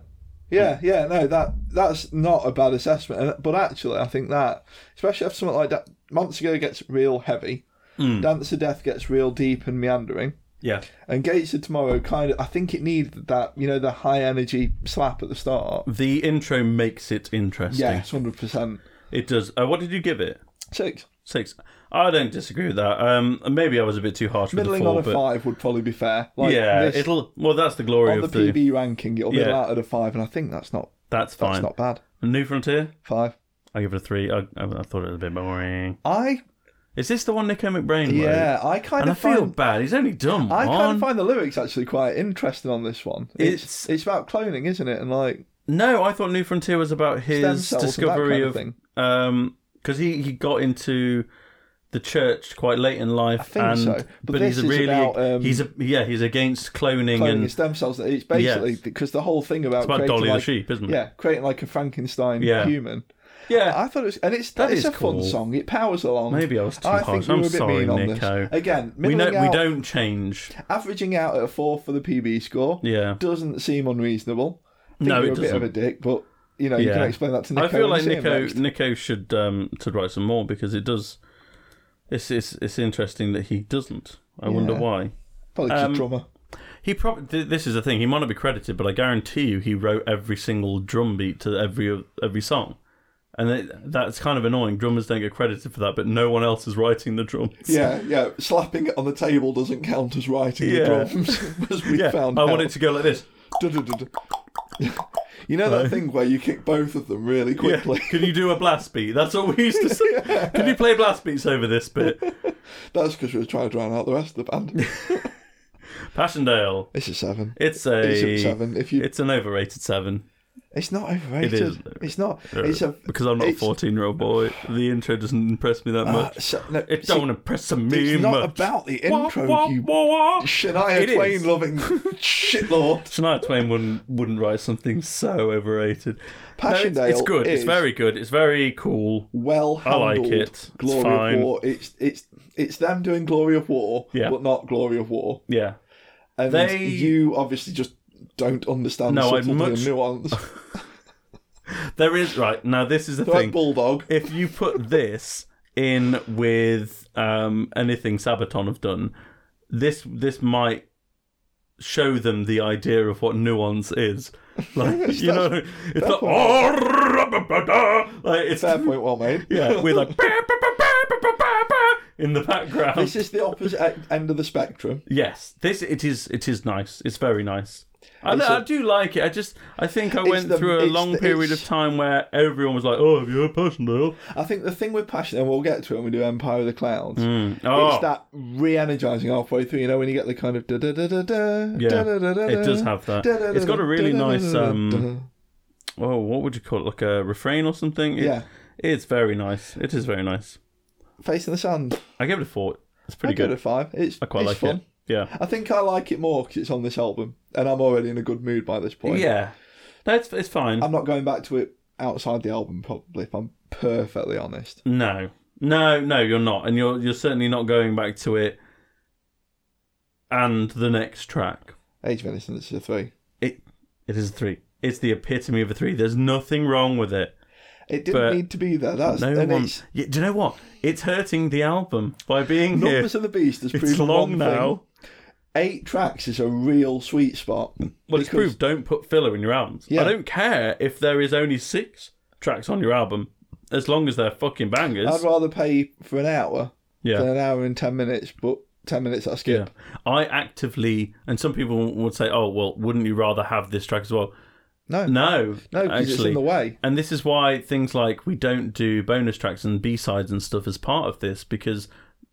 [SPEAKER 2] Yeah, yeah, no, that that's not a bad assessment. And- But actually, I think that, especially after something like that, months ago gets real heavy,
[SPEAKER 4] Hmm.
[SPEAKER 2] Dance of Death gets real deep and meandering,
[SPEAKER 4] Yeah,
[SPEAKER 2] and Gates of Tomorrow kind of, I think it needed that, you know, the high energy slap at the start.
[SPEAKER 4] the intro makes it interesting.
[SPEAKER 2] Yes, hundred percent.
[SPEAKER 4] It does. Uh, what did you give it?
[SPEAKER 2] Six.
[SPEAKER 4] Six. I don't disagree with that. Um, maybe I was a bit too harsh
[SPEAKER 2] Middling
[SPEAKER 4] with
[SPEAKER 2] on
[SPEAKER 4] the
[SPEAKER 2] a
[SPEAKER 4] four, but
[SPEAKER 2] five would probably be fair. Like
[SPEAKER 4] yeah,
[SPEAKER 2] this,
[SPEAKER 4] it'll. Well, that's the glory
[SPEAKER 2] on the
[SPEAKER 4] of the.
[SPEAKER 2] PB ranking, it'll middle
[SPEAKER 4] Yeah.
[SPEAKER 2] out at a five, and I think that's not
[SPEAKER 4] That's
[SPEAKER 2] that's
[SPEAKER 4] fine.
[SPEAKER 2] not bad.
[SPEAKER 4] New Frontier.
[SPEAKER 2] Five.
[SPEAKER 4] I give it a three. I, I, I thought it was a bit boring.
[SPEAKER 2] I
[SPEAKER 4] Is this the one Nico McBrain wrote?
[SPEAKER 2] yeah, I kind
[SPEAKER 4] And I
[SPEAKER 2] of
[SPEAKER 4] feel
[SPEAKER 2] find
[SPEAKER 4] bad. He's only done
[SPEAKER 2] I
[SPEAKER 4] one.
[SPEAKER 2] kind of find the lyrics actually quite interesting on this one. It's it's,
[SPEAKER 4] It's-
[SPEAKER 2] about cloning, isn't it? And like
[SPEAKER 4] No, I thought New Frontier was about
[SPEAKER 2] stem
[SPEAKER 4] his
[SPEAKER 2] cells
[SPEAKER 4] discovery
[SPEAKER 2] and that kind
[SPEAKER 4] of
[SPEAKER 2] of thing.
[SPEAKER 4] um because he he got into the church quite late in life. I
[SPEAKER 2] think
[SPEAKER 4] and,
[SPEAKER 2] so. But
[SPEAKER 4] he's
[SPEAKER 2] this
[SPEAKER 4] a
[SPEAKER 2] is
[SPEAKER 4] really
[SPEAKER 2] about, um,
[SPEAKER 4] he's a yeah he's against cloning,
[SPEAKER 2] Cloning
[SPEAKER 4] and
[SPEAKER 2] and stem cells. that It's basically
[SPEAKER 4] Yes.
[SPEAKER 2] because the whole thing about,
[SPEAKER 4] about
[SPEAKER 2] creating
[SPEAKER 4] Dolly the
[SPEAKER 2] like,
[SPEAKER 4] sheep, isn't it?
[SPEAKER 2] yeah, creating like a Frankenstein
[SPEAKER 4] Yeah.
[SPEAKER 2] human.
[SPEAKER 4] Yeah.
[SPEAKER 2] I thought it was, and it's
[SPEAKER 4] That
[SPEAKER 2] it's
[SPEAKER 4] is
[SPEAKER 2] a
[SPEAKER 4] cool.
[SPEAKER 2] fun song. It powers along.
[SPEAKER 4] Maybe I was too
[SPEAKER 2] I
[SPEAKER 4] harsh.
[SPEAKER 2] Think we
[SPEAKER 4] I'm
[SPEAKER 2] were a bit
[SPEAKER 4] sorry,
[SPEAKER 2] mean on
[SPEAKER 4] Nico.
[SPEAKER 2] This. Again,
[SPEAKER 4] we know
[SPEAKER 2] middling out,
[SPEAKER 4] we don't change.
[SPEAKER 2] averaging out at a four for the PB score.
[SPEAKER 4] Yeah.
[SPEAKER 2] doesn't seem unreasonable. I think
[SPEAKER 4] No,
[SPEAKER 2] you're
[SPEAKER 4] it
[SPEAKER 2] a bit of a dick, but you know you
[SPEAKER 4] Yeah.
[SPEAKER 2] can explain that to Nico.
[SPEAKER 4] I feel
[SPEAKER 2] when you
[SPEAKER 4] like
[SPEAKER 2] see him
[SPEAKER 4] Nico
[SPEAKER 2] next.
[SPEAKER 4] Nico should um should write some more because it does. It's it's it's interesting that he doesn't. I wonder
[SPEAKER 2] Yeah.
[SPEAKER 4] why.
[SPEAKER 2] probably just
[SPEAKER 4] um,
[SPEAKER 2] drummer.
[SPEAKER 4] He probably this is the thing. He might not be credited, but I guarantee you he wrote every single drum beat to every every song, and it, that's kind of annoying. Drummers don't get credited for that, but no one else is writing the drums.
[SPEAKER 2] Yeah, yeah. Slapping it on the table doesn't count as writing
[SPEAKER 4] Yeah.
[SPEAKER 2] the drums, as we
[SPEAKER 4] yeah.
[SPEAKER 2] found
[SPEAKER 4] I
[SPEAKER 2] out.
[SPEAKER 4] want it to go like this.
[SPEAKER 2] Du-du-du-du. you know that thing where you kick both of them really
[SPEAKER 4] Yeah.
[SPEAKER 2] quickly?
[SPEAKER 4] Can you do a blast beat? That's what we used to say. Can you play blast beats over this bit?
[SPEAKER 2] That's because we were trying to drown out the rest of the band.
[SPEAKER 4] Passchendaele.
[SPEAKER 2] It's a seven.
[SPEAKER 4] It's a
[SPEAKER 2] It's a seven. If you, it's,
[SPEAKER 4] It's an overrated seven.
[SPEAKER 2] not overrated. It
[SPEAKER 4] is. Uh,
[SPEAKER 2] is. not. It's a
[SPEAKER 4] because I'm not a
[SPEAKER 2] it's-
[SPEAKER 4] 14 year old boy. The intro doesn't impress me that
[SPEAKER 2] uh,
[SPEAKER 4] much.
[SPEAKER 2] so- no,
[SPEAKER 4] it
[SPEAKER 2] see,
[SPEAKER 4] don't impress me
[SPEAKER 2] It's not
[SPEAKER 4] much.
[SPEAKER 2] about the
[SPEAKER 4] Wah,
[SPEAKER 2] intro,
[SPEAKER 4] wah,
[SPEAKER 2] you
[SPEAKER 4] wah, wah.
[SPEAKER 2] Shania
[SPEAKER 4] It is.
[SPEAKER 2] Twain loving shitlord.
[SPEAKER 4] Shania Twain wouldn't wouldn't write something so overrated. No, it's,
[SPEAKER 2] Passchendaele
[SPEAKER 4] it's good. It's
[SPEAKER 2] is-
[SPEAKER 4] very good. It's very cool.
[SPEAKER 2] Well
[SPEAKER 4] like
[SPEAKER 2] handled.
[SPEAKER 4] it. It's
[SPEAKER 2] Glory
[SPEAKER 4] fine.
[SPEAKER 2] of War. It's it's it's them doing Glory of War,
[SPEAKER 4] Yeah.
[SPEAKER 2] but not Glory of War.
[SPEAKER 4] Yeah.
[SPEAKER 2] And
[SPEAKER 4] They-
[SPEAKER 2] you obviously just don't understand
[SPEAKER 4] No, I'd
[SPEAKER 2] subtlety
[SPEAKER 4] much-
[SPEAKER 2] and nuance.
[SPEAKER 4] There is right now. This is the
[SPEAKER 2] They're
[SPEAKER 4] thing.
[SPEAKER 2] like Bulldog.
[SPEAKER 4] if you put this in with um, anything Sabaton have done, this this might show them the idea of what nuance is. Like you know, it's not oh, rah, bah, bah, dah. like it's
[SPEAKER 2] Fair point, well made.
[SPEAKER 4] yeah, we're like bah, bah, bah, bah, bah, bah, bah, bah, in the background.
[SPEAKER 2] This is the opposite e- end of the spectrum.
[SPEAKER 4] yes, this it is it is nice. It's very nice. I,
[SPEAKER 2] It's
[SPEAKER 4] I
[SPEAKER 2] a-
[SPEAKER 4] do like it. I just I think I went
[SPEAKER 2] the-
[SPEAKER 4] through a
[SPEAKER 2] it's
[SPEAKER 4] long
[SPEAKER 2] the-
[SPEAKER 4] period
[SPEAKER 2] it's-
[SPEAKER 4] of time where everyone was like, "Oh, have you heard Passchendaele?"
[SPEAKER 2] I think the thing with passion, and we'll get to it when we do Empire of the Clouds,
[SPEAKER 4] Oh,
[SPEAKER 2] it's that re-energizing halfway through. You know when you get the kind of da da da da da.
[SPEAKER 4] Yeah, it does have that. It's got a really nice, um, oh, what would you call it? Like a refrain or something? It-
[SPEAKER 2] Uh-huh. Yeah.
[SPEAKER 4] It's very nice. It is very nice.
[SPEAKER 2] face in the sand.
[SPEAKER 4] I gave it a four. It's
[SPEAKER 2] I
[SPEAKER 4] pretty
[SPEAKER 2] give it
[SPEAKER 4] good.
[SPEAKER 2] a five. It's
[SPEAKER 4] I quite
[SPEAKER 2] it's
[SPEAKER 4] like
[SPEAKER 2] fun.
[SPEAKER 4] it. Yeah.
[SPEAKER 2] I think I like it more because it's on this album, and I'm already in a good mood by this point.
[SPEAKER 4] Yeah. That's it's fine.
[SPEAKER 2] I'm not going back to it outside the album probably. If I'm perfectly honest,
[SPEAKER 4] no. No, no, you're not. And you're you're certainly not going back to it and the next track.
[SPEAKER 2] Age of Innocence is a three.
[SPEAKER 4] It it is a three. It's the epitome of a three. There's nothing wrong with it.
[SPEAKER 2] It didn't
[SPEAKER 4] But
[SPEAKER 2] need to be there. That's
[SPEAKER 4] No
[SPEAKER 2] and
[SPEAKER 4] one.
[SPEAKER 2] it's,
[SPEAKER 4] Yeah, do you know what? It's hurting the album by being here.
[SPEAKER 2] Numbers of the Beast has
[SPEAKER 4] It's
[SPEAKER 2] proven
[SPEAKER 4] long
[SPEAKER 2] one
[SPEAKER 4] now.
[SPEAKER 2] Thing. Eight tracks is a real sweet spot.
[SPEAKER 4] Well,
[SPEAKER 2] Because-
[SPEAKER 4] it's proved don't put filler in your albums.
[SPEAKER 2] Yeah.
[SPEAKER 4] I don't care if there is only six tracks on your album, as long as they're fucking bangers.
[SPEAKER 2] I'd rather pay for an hour than
[SPEAKER 4] yeah.
[SPEAKER 2] an hour and ten minutes, but ten minutes I skip.
[SPEAKER 4] yeah. I actively, and some people would say, oh, well, wouldn't you rather have this track as well?
[SPEAKER 2] No, no,
[SPEAKER 4] No.
[SPEAKER 2] because it's in the way.
[SPEAKER 4] And this is why things like we don't do bonus tracks and B sides and stuff as part of this, because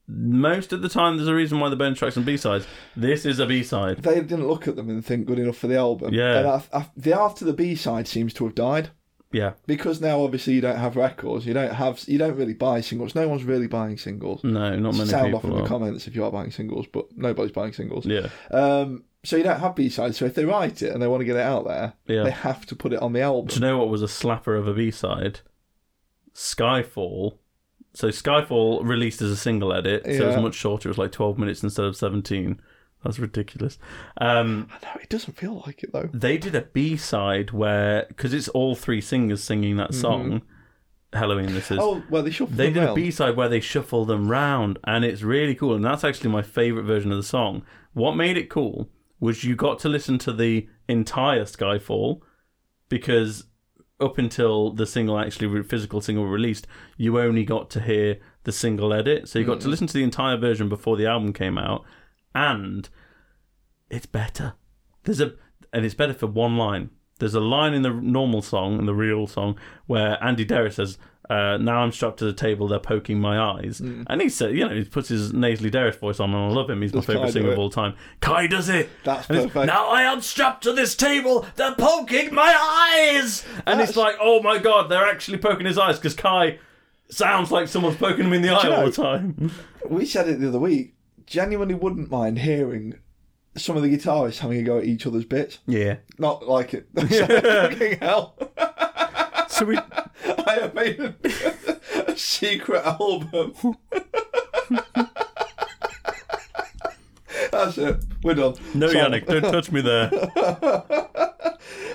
[SPEAKER 4] most of the time there's a reason why the bonus tracks and B sides. This is a B side.
[SPEAKER 2] They didn't look at them and think good enough for the album.
[SPEAKER 4] Yeah.
[SPEAKER 2] and I, I, the after the B side seems to have died.
[SPEAKER 4] Yeah.
[SPEAKER 2] because now obviously you don't have records, you don't have, you don't really buy singles. No one's really buying singles.
[SPEAKER 4] No, not many
[SPEAKER 2] Sound off in
[SPEAKER 4] people.
[SPEAKER 2] the
[SPEAKER 4] are.
[SPEAKER 2] comments if you are buying singles, but nobody's buying singles.
[SPEAKER 4] Yeah.
[SPEAKER 2] Um, so you don't have B sides. So if they write it and they want to get it out there,
[SPEAKER 4] Yeah.
[SPEAKER 2] they have to put it on the
[SPEAKER 4] Do
[SPEAKER 2] album.
[SPEAKER 4] you know what was a slapper of a B side? Skyfall. So Skyfall released as a single edit, so it was
[SPEAKER 2] Yeah.
[SPEAKER 4] much shorter. It was like twelve minutes instead of seventeen. That's ridiculous. Um,
[SPEAKER 2] I know it doesn't feel like it though.
[SPEAKER 4] they did a B side where because it's all three singers singing that song. Halloween. This is.
[SPEAKER 2] Oh well, they shuffle
[SPEAKER 4] They
[SPEAKER 2] them
[SPEAKER 4] did a
[SPEAKER 2] round.
[SPEAKER 4] B side where they shuffle them round, and it's really cool. And that's actually my favorite version of the song. What made it cool was you got to listen to the entire Skyfall because up until the single actually re- physical single released, you only got to hear the single edit. So you
[SPEAKER 2] Mm.
[SPEAKER 4] got to listen to the entire version before the album came out, and it's better. There's a and it's better for one line. There's a line in the normal song, in the real song, where Andy Derry says, uh, "Now I'm strapped to the table. They're poking my eyes."
[SPEAKER 2] Hmm.
[SPEAKER 4] And he said, "You know, he puts his nasally Derris voice on, and I love him. He's my
[SPEAKER 2] Does Kai
[SPEAKER 4] favorite
[SPEAKER 2] do
[SPEAKER 4] singer of
[SPEAKER 2] it?
[SPEAKER 4] all time. Kai does it.
[SPEAKER 2] That's
[SPEAKER 4] And it's,
[SPEAKER 2] perfect.
[SPEAKER 4] Now I am strapped to this table. They're poking my eyes." And it's
[SPEAKER 2] That's-
[SPEAKER 4] like, "Oh my god, they're actually poking his eyes because Kai." Sounds like someone's poking him in the eye
[SPEAKER 2] you
[SPEAKER 4] all
[SPEAKER 2] know-
[SPEAKER 4] the time.
[SPEAKER 2] We said it the other week. Genuinely wouldn't mind hearing some of the guitarists having a go at each other's bits.
[SPEAKER 4] Yeah.
[SPEAKER 2] Not like it. Fucking hell.
[SPEAKER 4] So we
[SPEAKER 2] I have made a, a secret album. That's it. We're done.
[SPEAKER 4] No,
[SPEAKER 2] Sorry.
[SPEAKER 4] Yannick, don't touch me there.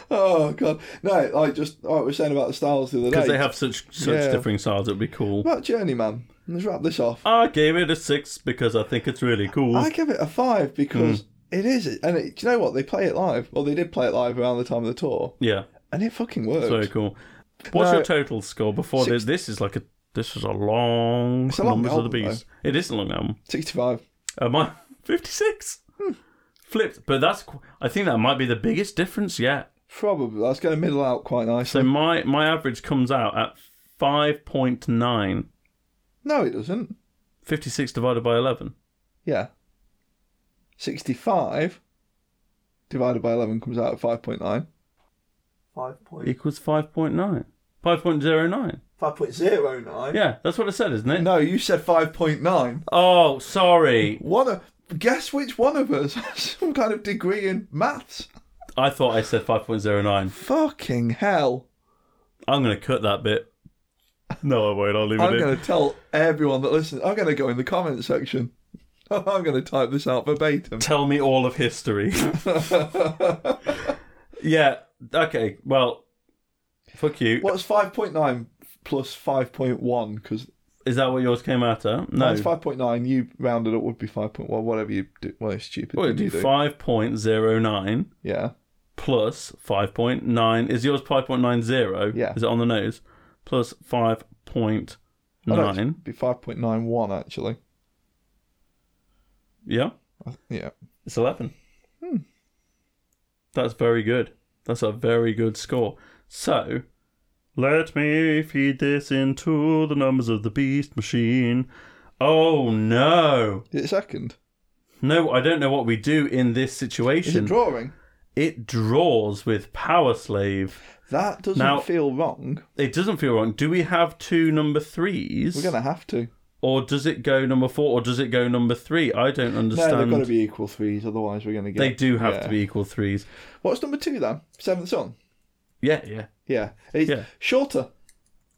[SPEAKER 2] Oh god. No, like just like we were saying about the styles the other day.
[SPEAKER 4] Because they have such such
[SPEAKER 2] Yeah.
[SPEAKER 4] differing styles, it'd be cool.
[SPEAKER 2] What about Journeyman? Let's wrap this off.
[SPEAKER 4] I gave it a six because I think it's really cool.
[SPEAKER 2] I give it a five because
[SPEAKER 4] Hmm.
[SPEAKER 2] it is, and it, do you know what? They play it live. Well, they did play it live around the time of the tour,
[SPEAKER 4] yeah,
[SPEAKER 2] and it fucking worked.
[SPEAKER 4] it's very cool. What's
[SPEAKER 2] No.
[SPEAKER 4] your total score before this? This is like a this is a long
[SPEAKER 2] a long
[SPEAKER 4] numbers of the
[SPEAKER 2] album,
[SPEAKER 4] beast. It is a long album.
[SPEAKER 2] Sixty-five.
[SPEAKER 4] Uh, my fifty six
[SPEAKER 2] Hmm.
[SPEAKER 4] flipped, but that's qu- I think that might be the biggest difference yet.
[SPEAKER 2] Probably that's going to middle out quite nicely.
[SPEAKER 4] So my my average comes out at five point nine.
[SPEAKER 2] no, it doesn't.
[SPEAKER 4] 56 divided by 11.
[SPEAKER 2] Yeah. Sixty-five divided by eleven comes out at five point nine.
[SPEAKER 6] Five point
[SPEAKER 4] Equals 5.9. 5.09.
[SPEAKER 6] five point zero nine.
[SPEAKER 4] Yeah, that's what I said, isn't it?
[SPEAKER 2] No, you said five point nine.
[SPEAKER 4] Oh, sorry.
[SPEAKER 2] One. Of, guess which one of us has some kind of degree in maths?
[SPEAKER 4] I thought I said 5.09.
[SPEAKER 2] Fucking hell!
[SPEAKER 4] I'm going to cut that bit. No, I won't. I'll leave it
[SPEAKER 2] I'm
[SPEAKER 4] in.
[SPEAKER 2] going to tell everyone that listens. I'm going to go in the comment section. I'm going to type this out verbatim.
[SPEAKER 4] Tell me all of history. yeah, okay. Well, fuck you. Is
[SPEAKER 2] What's 5.9 plus 5.1? Because
[SPEAKER 4] that what yours came out at? No.
[SPEAKER 2] that's 5.9. You rounded up would be 5.1. Whatever you do. Well, it's stupid.
[SPEAKER 4] Well,
[SPEAKER 2] thing
[SPEAKER 4] it'd
[SPEAKER 2] you
[SPEAKER 4] be
[SPEAKER 2] do.
[SPEAKER 4] 5.09
[SPEAKER 2] Yeah.
[SPEAKER 4] plus 5.9. Is yours 5.90?
[SPEAKER 2] Yeah.
[SPEAKER 4] Is it on the nose? Plus 5.9.
[SPEAKER 2] Oh, no, it'd be 5.91, actually.
[SPEAKER 4] Yeah.
[SPEAKER 2] Yeah.
[SPEAKER 4] It's 11.
[SPEAKER 2] Hmm.
[SPEAKER 4] That's very good. That's a very good score. So, let me feed this into the numbers of the beast machine. Oh no.
[SPEAKER 2] Is it second?
[SPEAKER 4] No, I don't know what we do in
[SPEAKER 2] Is
[SPEAKER 4] this
[SPEAKER 2] it
[SPEAKER 4] situation.
[SPEAKER 2] drawing?
[SPEAKER 4] it draws with Power Slave.
[SPEAKER 2] That doesn't
[SPEAKER 4] Now-
[SPEAKER 2] feel wrong.
[SPEAKER 4] It doesn't feel wrong. Do we have two number
[SPEAKER 2] We're
[SPEAKER 4] 3s
[SPEAKER 2] going to have to.
[SPEAKER 4] Or does it go number 4 or does it go number 3? I don't
[SPEAKER 2] No,
[SPEAKER 4] understand.
[SPEAKER 2] they've got to be equal threes, otherwise we're going to get.
[SPEAKER 4] They do have
[SPEAKER 2] yeah.
[SPEAKER 4] to be equal 3s.
[SPEAKER 2] What's number two then? Seventh Son.
[SPEAKER 4] Yeah, yeah.
[SPEAKER 2] Yeah. It's
[SPEAKER 4] Yeah.
[SPEAKER 2] shorter.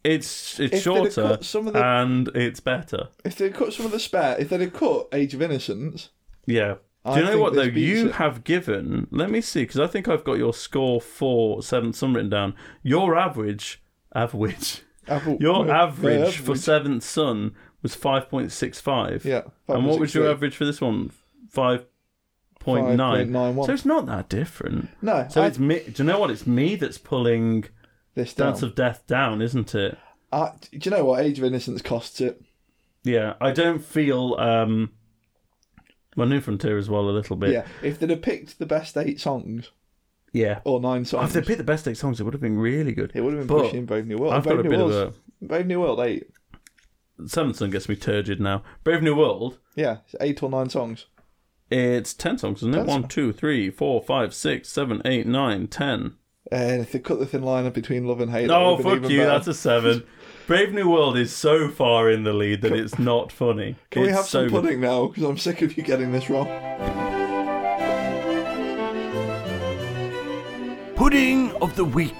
[SPEAKER 4] It's it's
[SPEAKER 2] they'd
[SPEAKER 4] shorter
[SPEAKER 2] cut some of the-
[SPEAKER 4] and it's better.
[SPEAKER 2] If they cut some of the spare, if they'd have cut Age of Innocence,
[SPEAKER 4] Yeah. Do
[SPEAKER 2] I
[SPEAKER 4] you know
[SPEAKER 2] think
[SPEAKER 4] what though?
[SPEAKER 2] this beats
[SPEAKER 4] You
[SPEAKER 2] it.
[SPEAKER 4] have given. Let me see because I think I've got your score for Seventh Son written down. Your average, average,
[SPEAKER 2] Apple,
[SPEAKER 4] your
[SPEAKER 2] Yeah,
[SPEAKER 4] average, for
[SPEAKER 2] average.
[SPEAKER 4] Seventh Son was five point six five.
[SPEAKER 2] yeah.
[SPEAKER 4] And what was your
[SPEAKER 2] 5.63.
[SPEAKER 4] average for this one? Five point nine.
[SPEAKER 2] 5.91.
[SPEAKER 4] So it's not that different.
[SPEAKER 2] No,
[SPEAKER 4] So
[SPEAKER 2] I-
[SPEAKER 4] it's me. Do you know what? It's me that's pulling
[SPEAKER 2] This down.
[SPEAKER 4] Dance of Death down, isn't it?
[SPEAKER 2] I, do you know what? Age of Innocence costs it.
[SPEAKER 4] Yeah, I don't feel um my new frontier as well a little bit.
[SPEAKER 2] Yeah. If they'd have picked the best eight songs
[SPEAKER 4] yeah.
[SPEAKER 2] or nine
[SPEAKER 4] If
[SPEAKER 2] songs,
[SPEAKER 4] they picked the best eight songs, it would have been really good.
[SPEAKER 2] Oh, it would have been
[SPEAKER 4] But
[SPEAKER 2] pushing Brave New World.
[SPEAKER 4] I've
[SPEAKER 2] Brave
[SPEAKER 4] got
[SPEAKER 2] New
[SPEAKER 4] a bit of
[SPEAKER 2] World's, Brave New World eight.
[SPEAKER 4] Seventh Son gets me turgid now. Brave New World,
[SPEAKER 2] Yeah, it's eight or nine songs.
[SPEAKER 4] it's ten songs, isn't it?
[SPEAKER 2] That's-
[SPEAKER 4] One, two, three, four, five, six, seven, eight, nine, ten.
[SPEAKER 2] And if they cut the thin line up between love and hate, that
[SPEAKER 4] Oh
[SPEAKER 2] would have been
[SPEAKER 4] fuck
[SPEAKER 2] even
[SPEAKER 4] you,
[SPEAKER 2] better.
[SPEAKER 4] that's a seven. Brave New World is so far in the lead that it's not funny.
[SPEAKER 2] Can
[SPEAKER 4] it's
[SPEAKER 2] we have
[SPEAKER 4] so
[SPEAKER 2] some pudding now? Because I'm sick of you getting this wrong.
[SPEAKER 1] Pudding of the Week.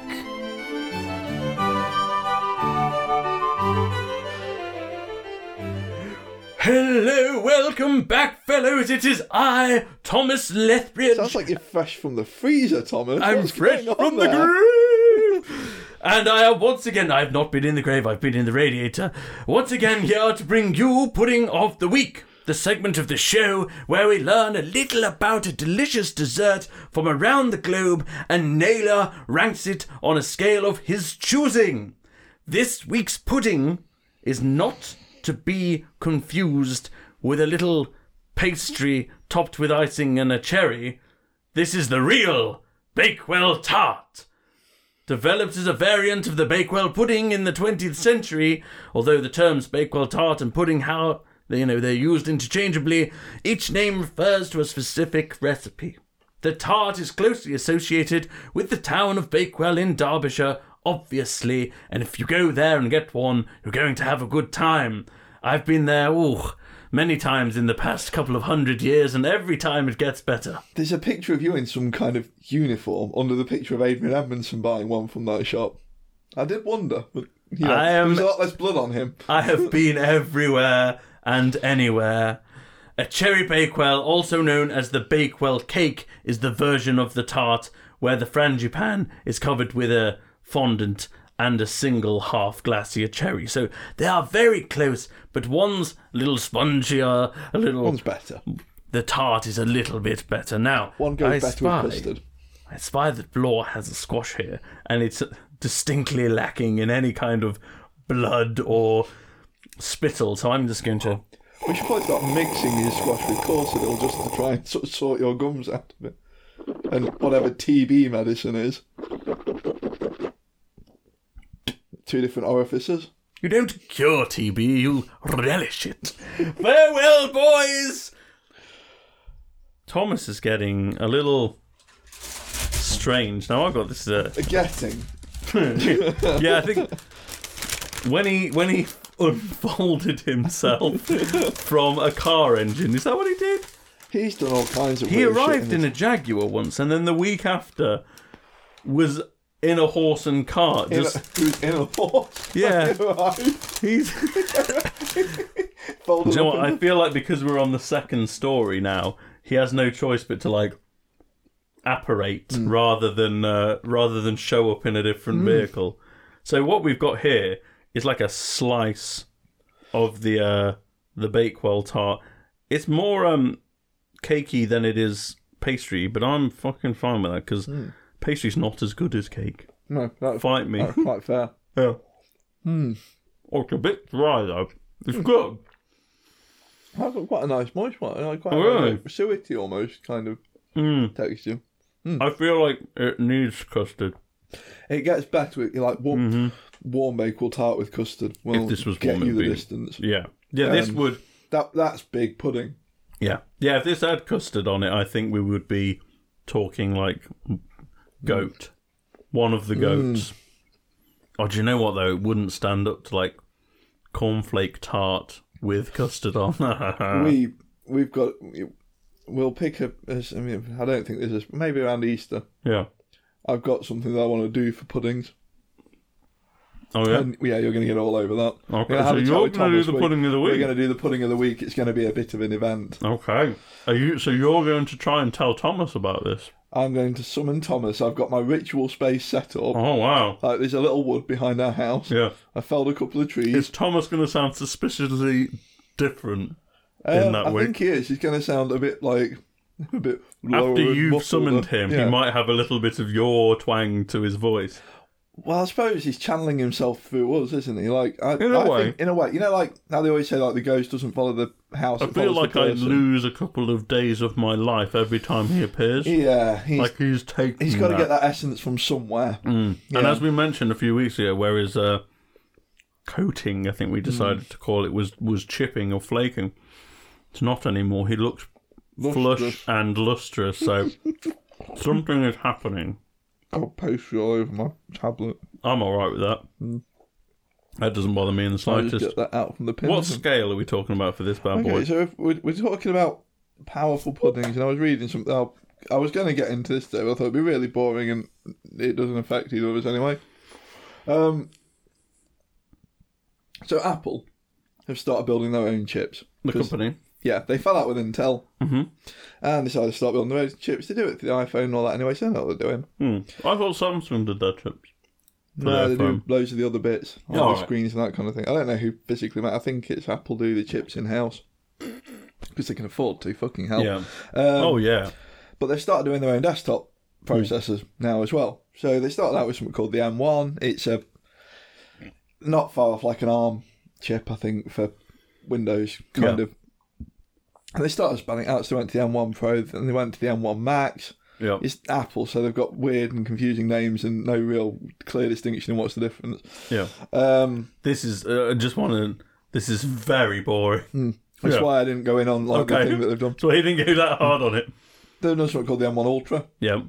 [SPEAKER 4] Hello, welcome back, fellows. It is I, Thomas Lethbridge.
[SPEAKER 2] Sounds like you're fresh from the freezer, Thomas.
[SPEAKER 4] I'm
[SPEAKER 2] What's
[SPEAKER 4] fresh
[SPEAKER 2] going on
[SPEAKER 4] from
[SPEAKER 2] there?
[SPEAKER 4] the grave. And I am once again, I have not been in the grave, I've been in the radiator. Once again, here to bring you Pudding of the Week, the segment of the show where we learn a little about a delicious dessert from around the globe and Naylor ranks it on a scale of his choosing. This week's pudding is not to be confused with a little pastry topped with icing and a cherry. This is the real Bakewell tart. Developed as a variant of the Bakewell pudding in the 20th century, although the terms Bakewell tart and pudding how they- you know they're used interchangeably, each name refers to a specific recipe. The tart is closely associated with the town of Bakewell in Derbyshire, obviously, and if you go there and get one, you're going to have a good time. I've been there, ooh, many times in the past couple of hundred years, and every time it gets better.
[SPEAKER 2] There's a picture of you in some kind of uniform under the picture of Adrian Edmondson buying one from that shop. I did wonder, but Yeah.
[SPEAKER 4] I am-
[SPEAKER 2] There's a lot less blood on him.
[SPEAKER 4] I have been everywhere and anywhere. A cherry bakewell, also known as the bakewell cake, is the version of the tart where the frangipan is covered with a fondant and a single half glacier cherry. So they are very close, but one's a little spongier, a little.
[SPEAKER 2] One's better.
[SPEAKER 4] the tart is a little bit better. Now,
[SPEAKER 2] One
[SPEAKER 4] I
[SPEAKER 2] goes better
[SPEAKER 4] spy-
[SPEAKER 2] with custard.
[SPEAKER 4] I spy that Blore has a squash here, and it's distinctly lacking in any kind of blood or spittle. So I'm just going to.
[SPEAKER 2] We should probably start mixing your squash with Corsadil just to try and sort, sort your gums out of it. And whatever TB medicine is. Two different orifices.
[SPEAKER 4] You don't cure TB, you relish it. Farewell, boys! Thomas is getting a little strange. Now I've got this. Uh,
[SPEAKER 2] Getting.
[SPEAKER 4] yeah, I think when he when he unfolded himself from a car engine, is that what he did?
[SPEAKER 2] He's done all kinds of
[SPEAKER 4] He
[SPEAKER 2] weird shit
[SPEAKER 4] arrived
[SPEAKER 2] in
[SPEAKER 4] in
[SPEAKER 2] his-
[SPEAKER 4] a Jaguar once, and then the week after was in a horse and cart.
[SPEAKER 2] in
[SPEAKER 4] Just
[SPEAKER 2] a, he was in a horse.
[SPEAKER 4] yeah,
[SPEAKER 2] Right.
[SPEAKER 4] he's.
[SPEAKER 2] Folded
[SPEAKER 4] you know what?
[SPEAKER 2] up in-
[SPEAKER 4] I feel like because we're on the second story now, he has no choice but to like apparate rather than uh, rather than show up in a different vehicle. So what we've got here is like a slice of the uh, the bakewell tart. It's more um cakey than it is pastry, but I'm fucking fine with that because pastry's not as good as cake.
[SPEAKER 2] No, that's
[SPEAKER 4] Fight me.
[SPEAKER 2] that's quite fair.
[SPEAKER 4] Yeah. Oh, it's a bit dry though. It's good.
[SPEAKER 2] I've got quite a nice moist one. Like quite
[SPEAKER 4] Oh,
[SPEAKER 2] a
[SPEAKER 4] really? Hmm.
[SPEAKER 2] nice, suety almost kind of texture.
[SPEAKER 4] I feel like it needs custard.
[SPEAKER 2] It gets better with like warm, warm bakewell tart with custard. Well,
[SPEAKER 4] Mm-hmm. this was
[SPEAKER 2] get
[SPEAKER 4] warm,
[SPEAKER 2] you
[SPEAKER 4] it'd
[SPEAKER 2] the
[SPEAKER 4] be-
[SPEAKER 2] distance.
[SPEAKER 4] Yeah. Yeah, this
[SPEAKER 2] Um,
[SPEAKER 4] would.
[SPEAKER 2] That that's big pudding.
[SPEAKER 4] Yeah. Yeah, if this had custard on it, I think we would be talking like goat. One
[SPEAKER 2] Hmm.
[SPEAKER 4] of the goats. Oh, do you know what, though? It wouldn't stand up to like cornflake tart with custard on. Ah.
[SPEAKER 2] we we've got we'll pick a. a- I mean, I don't think this is maybe around Easter.
[SPEAKER 4] yeah.
[SPEAKER 2] I've got something that I want to do for puddings.
[SPEAKER 4] Oh, yeah.
[SPEAKER 2] And yeah, you're going to get all over that.
[SPEAKER 4] Okay,
[SPEAKER 2] We're gonna have
[SPEAKER 4] so
[SPEAKER 2] a chat
[SPEAKER 4] you're
[SPEAKER 2] with
[SPEAKER 4] gonna
[SPEAKER 2] Tom
[SPEAKER 4] do
[SPEAKER 2] this
[SPEAKER 4] the pudding of the
[SPEAKER 2] We're
[SPEAKER 4] week.
[SPEAKER 2] going to do the pudding of the week. It's going to be a bit of an event.
[SPEAKER 4] Okay. Are you, so you're going to try and tell Thomas about this?
[SPEAKER 2] I'm going to summon Thomas. I've got my ritual space set up.
[SPEAKER 4] Oh, wow.
[SPEAKER 2] Like there's a little wood behind our house.
[SPEAKER 4] Yeah.
[SPEAKER 2] I felled a couple of trees.
[SPEAKER 4] Is Thomas going to sound suspiciously different
[SPEAKER 2] Um,
[SPEAKER 4] in that
[SPEAKER 2] I
[SPEAKER 4] week?
[SPEAKER 2] think he is. He's going to sound a bit like a bit lower
[SPEAKER 4] After
[SPEAKER 2] and
[SPEAKER 4] you've
[SPEAKER 2] muffled
[SPEAKER 4] summoned
[SPEAKER 2] up.
[SPEAKER 4] him,
[SPEAKER 2] Yeah.
[SPEAKER 4] he might have a little bit of your twang to his voice.
[SPEAKER 2] Well, I suppose he's channeling himself through us, isn't he? Like I,
[SPEAKER 4] In a
[SPEAKER 2] I
[SPEAKER 4] way.
[SPEAKER 2] think, in a way, you know, like how they always say, like the ghost doesn't follow the house.
[SPEAKER 4] I
[SPEAKER 2] it follows
[SPEAKER 4] feel
[SPEAKER 2] the
[SPEAKER 4] like I
[SPEAKER 2] person.
[SPEAKER 4] lose a couple of days of my life every time he appears.
[SPEAKER 2] Yeah, he's
[SPEAKER 4] like Mm. he's taking.
[SPEAKER 2] he's got to
[SPEAKER 4] that.
[SPEAKER 2] get that essence from somewhere.
[SPEAKER 4] And as we mentioned a few weeks ago, where his uh, coating, I think
[SPEAKER 2] Hmm.
[SPEAKER 4] we decided to call it, was was chipping or flaking. It's not anymore. He looks
[SPEAKER 2] Lustrous.
[SPEAKER 4] flush and lustrous. So something is happening.
[SPEAKER 2] I'll post you all over my tablet.
[SPEAKER 4] I'm all right with that.
[SPEAKER 2] Hmm.
[SPEAKER 4] That doesn't bother me in the
[SPEAKER 2] I'll just
[SPEAKER 4] slightest.
[SPEAKER 2] get that out from the pins.
[SPEAKER 4] What scale are we talking about for this bad boy?
[SPEAKER 2] Okay, so if we're, we're talking about powerful puddings, and I was reading something. I'll, I was going to get into this today, but I thought it'd be really boring, and it doesn't affect either of us anyway. Um, so Apple have started building their own chips.
[SPEAKER 4] the
[SPEAKER 2] 'Cause-
[SPEAKER 4] company.
[SPEAKER 2] Yeah, they fell out with Intel
[SPEAKER 4] Mhm.
[SPEAKER 2] and decided to start building their own chips to do it for the iPhone and all that. Anyway, so they know what they're doing.
[SPEAKER 4] Hmm. I thought Samsung did their chips.
[SPEAKER 2] No, Uh, they
[SPEAKER 4] iPhone.
[SPEAKER 2] do loads of the other bits, like
[SPEAKER 4] all
[SPEAKER 2] the
[SPEAKER 4] right.
[SPEAKER 2] screens and that kind of thing. I don't know who physically matter. I think it's Apple do the chips in house because they can afford to. Fucking hell.
[SPEAKER 4] Yeah.
[SPEAKER 2] Um,
[SPEAKER 4] oh yeah.
[SPEAKER 2] But they've started doing their own desktop processors now as well. So they started out with something called the M1. It's a not far off like an ARM chip, I think, for Windows kind
[SPEAKER 4] Yeah.
[SPEAKER 2] of. And they started spanning out. So they went to the M1 Pro, then they went to the M1 Max.
[SPEAKER 4] Yeah.
[SPEAKER 2] It's Apple, so they've got weird and confusing names and no real clear distinction in what's the difference.
[SPEAKER 4] Yeah.
[SPEAKER 2] Um,
[SPEAKER 4] This is. Uh, I just want to. This is very boring.
[SPEAKER 2] That's
[SPEAKER 4] Yeah.
[SPEAKER 2] why I didn't go in on like the
[SPEAKER 4] Okay.
[SPEAKER 2] thing that they've done.
[SPEAKER 4] So he didn't go that hard on it.
[SPEAKER 2] They've done something called the M1 Ultra.
[SPEAKER 4] Yeah.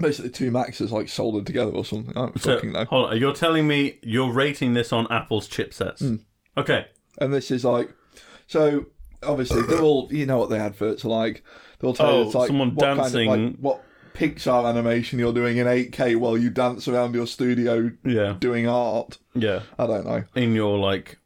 [SPEAKER 2] Basically, two Maxes like soldered together or something. I don't
[SPEAKER 4] So
[SPEAKER 2] fucking know.
[SPEAKER 4] hold on. You're telling me you're rating this on Apple's chipsets?
[SPEAKER 2] Hmm.
[SPEAKER 4] Okay.
[SPEAKER 2] And this is like, so obviously they're all you know what the adverts are like. They'll tell you
[SPEAKER 4] Oh,
[SPEAKER 2] it's like
[SPEAKER 4] someone
[SPEAKER 2] what kind of,
[SPEAKER 4] dancing.
[SPEAKER 2] like, what Pixar animation you're doing in 8K while you dance around your studio
[SPEAKER 4] Yeah,
[SPEAKER 2] doing art.
[SPEAKER 4] yeah.
[SPEAKER 2] I don't know.
[SPEAKER 4] In your like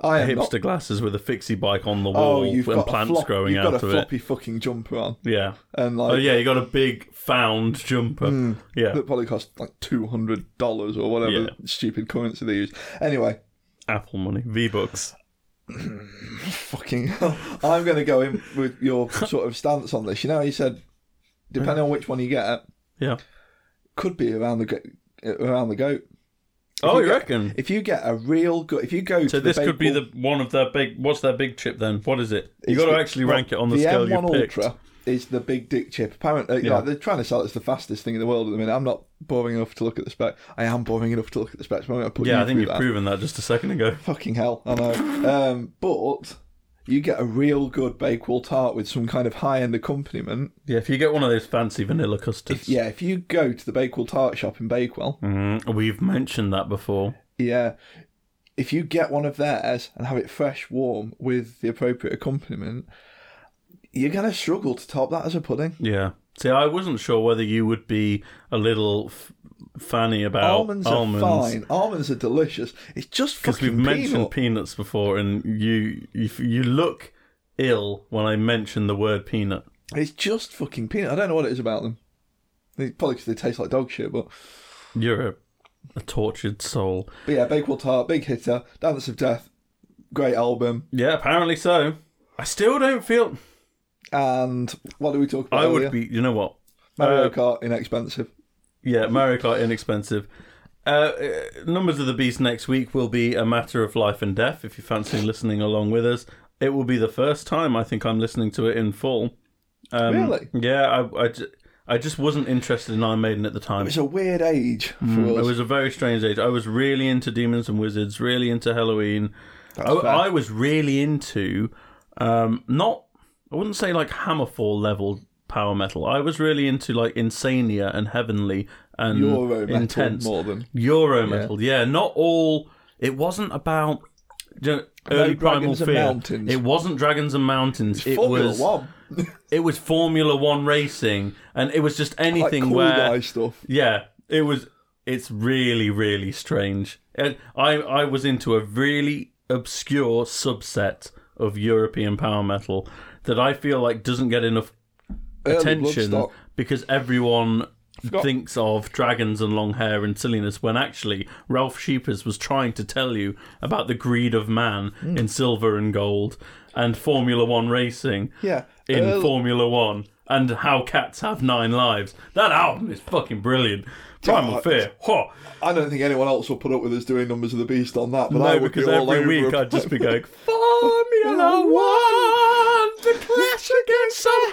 [SPEAKER 2] I am
[SPEAKER 4] hipster
[SPEAKER 2] not.
[SPEAKER 4] glasses with a fixie bike on the
[SPEAKER 2] Oh,
[SPEAKER 4] wall
[SPEAKER 2] you've
[SPEAKER 4] and
[SPEAKER 2] got
[SPEAKER 4] plants
[SPEAKER 2] a flop,
[SPEAKER 4] growing
[SPEAKER 2] you've
[SPEAKER 4] out
[SPEAKER 2] got a Um,
[SPEAKER 4] of it.
[SPEAKER 2] floppy fucking jumper on,
[SPEAKER 4] Yeah.
[SPEAKER 2] and like
[SPEAKER 4] Oh yeah, you got a big found jumper.
[SPEAKER 2] Hmm.
[SPEAKER 4] Yeah.
[SPEAKER 2] that probably cost like two hundred dollars or whatever
[SPEAKER 4] Yeah.
[SPEAKER 2] stupid currency they use. Anyway,
[SPEAKER 4] Apple money, V bucks.
[SPEAKER 2] fucking hell. I'm going to go in with your sort of stance on this. You know, how you said depending on which one you get,
[SPEAKER 4] Yeah.
[SPEAKER 2] could be around the go- uh, around the goat.
[SPEAKER 4] oh,
[SPEAKER 2] you
[SPEAKER 4] you,
[SPEAKER 2] get-
[SPEAKER 4] reckon?
[SPEAKER 2] If you get a real good, if you go
[SPEAKER 4] So
[SPEAKER 2] to the
[SPEAKER 4] this could be
[SPEAKER 2] Bakewell-
[SPEAKER 4] the one of their big. What's their big chip then? What is it? You
[SPEAKER 2] It's
[SPEAKER 4] got to
[SPEAKER 2] the-
[SPEAKER 4] actually
[SPEAKER 2] well,
[SPEAKER 4] rank it on the, scale
[SPEAKER 2] M1
[SPEAKER 4] you picked.
[SPEAKER 2] Ultra is the big dick chip. Apparently,
[SPEAKER 4] Yeah.
[SPEAKER 2] like, they're trying to sell it as the fastest thing in the world at the minute. I'm not boring enough to look at the spec. I am boring enough to look at the specs. But I'm going to put
[SPEAKER 4] Yeah,
[SPEAKER 2] you
[SPEAKER 4] I think
[SPEAKER 2] through
[SPEAKER 4] you've
[SPEAKER 2] that.
[SPEAKER 4] proven that just a second ago.
[SPEAKER 2] Fucking hell, I know. um, but you get a real good Bakewell tart with some kind of high-end accompaniment.
[SPEAKER 4] Yeah, if you get one of those fancy vanilla custards.
[SPEAKER 2] Yeah, if you go to the Bakewell tart shop in Bakewell,
[SPEAKER 4] Mm, we've mentioned that before.
[SPEAKER 2] yeah, if you get one of theirs and have it fresh, warm with the appropriate accompaniment, you're going to struggle to top that as a pudding.
[SPEAKER 4] Yeah. See, I wasn't sure whether you would be a little f- fanny about
[SPEAKER 2] almonds, are fine. Almonds are delicious. It's just
[SPEAKER 4] because
[SPEAKER 2] fucking
[SPEAKER 4] we've mentioned
[SPEAKER 2] peanut.
[SPEAKER 4] peanuts before, and you, you you look ill when I mention the word peanut.
[SPEAKER 2] it's just fucking peanut. I don't know what it is about them. They- Probably because they taste like dog shit, but
[SPEAKER 4] You're a, a tortured soul.
[SPEAKER 2] but yeah, Bakewell Tart, big hitter, Dance of Death, great album.
[SPEAKER 4] Yeah, apparently so. I still don't feel.
[SPEAKER 2] And what do we talk about?
[SPEAKER 4] I
[SPEAKER 2] earlier?
[SPEAKER 4] would be. You know what?
[SPEAKER 2] Mario
[SPEAKER 4] uh,
[SPEAKER 2] Kart, inexpensive.
[SPEAKER 4] Yeah, Mario Kart inexpensive. Uh, uh, Numbers of the Beast next week will be a matter of life and death. If you fancy listening along with us, it will be the first time I think I'm listening to it in full. Um,
[SPEAKER 2] Really?
[SPEAKER 4] Yeah, I, I, ju- I just wasn't interested in Iron Maiden at the time.
[SPEAKER 2] It's a weird age for
[SPEAKER 4] It
[SPEAKER 2] us.
[SPEAKER 4] hmm, was a very strange age. I was really into demons and wizards, really into Halloween. I,
[SPEAKER 2] fair.
[SPEAKER 4] I was really into um, not, I wouldn't say like Hammerfall level power metal. I was really into like Insania and Heavenly and
[SPEAKER 2] Euro metal
[SPEAKER 4] intense
[SPEAKER 2] more than
[SPEAKER 4] Euro metal. Yeah, not all. It wasn't about you know, early primal
[SPEAKER 2] Dragons and
[SPEAKER 4] fear.
[SPEAKER 2] Mountains.
[SPEAKER 4] It wasn't dragons and mountains. it
[SPEAKER 2] Formula
[SPEAKER 4] was
[SPEAKER 2] One,
[SPEAKER 4] it was Formula One racing, and it was just
[SPEAKER 2] like
[SPEAKER 4] anything
[SPEAKER 2] cool
[SPEAKER 4] where
[SPEAKER 2] guy stuff.
[SPEAKER 4] yeah, it was. It's really, really strange. And I, I was into a really obscure subset of European power metal that I feel like doesn't get enough
[SPEAKER 2] Early
[SPEAKER 4] attention
[SPEAKER 2] Bloodstock.
[SPEAKER 4] because everyone thinks of dragons and long hair and silliness when actually Ralph Sheepers was trying to tell you about the greed of man
[SPEAKER 2] Hmm.
[SPEAKER 4] in silver and gold and Formula One racing
[SPEAKER 2] Yeah,
[SPEAKER 4] in
[SPEAKER 2] early-
[SPEAKER 4] Formula One and how cats have nine lives. That album is fucking brilliant. Primal
[SPEAKER 2] God.
[SPEAKER 4] Fear. Whoa.
[SPEAKER 2] I don't think anyone else will put up with us doing Numbers of the Beast on that. But I
[SPEAKER 4] No,
[SPEAKER 2] would
[SPEAKER 4] because
[SPEAKER 2] be all
[SPEAKER 4] every
[SPEAKER 2] over it.
[SPEAKER 4] week I'd just be going, Formula One, the clash against the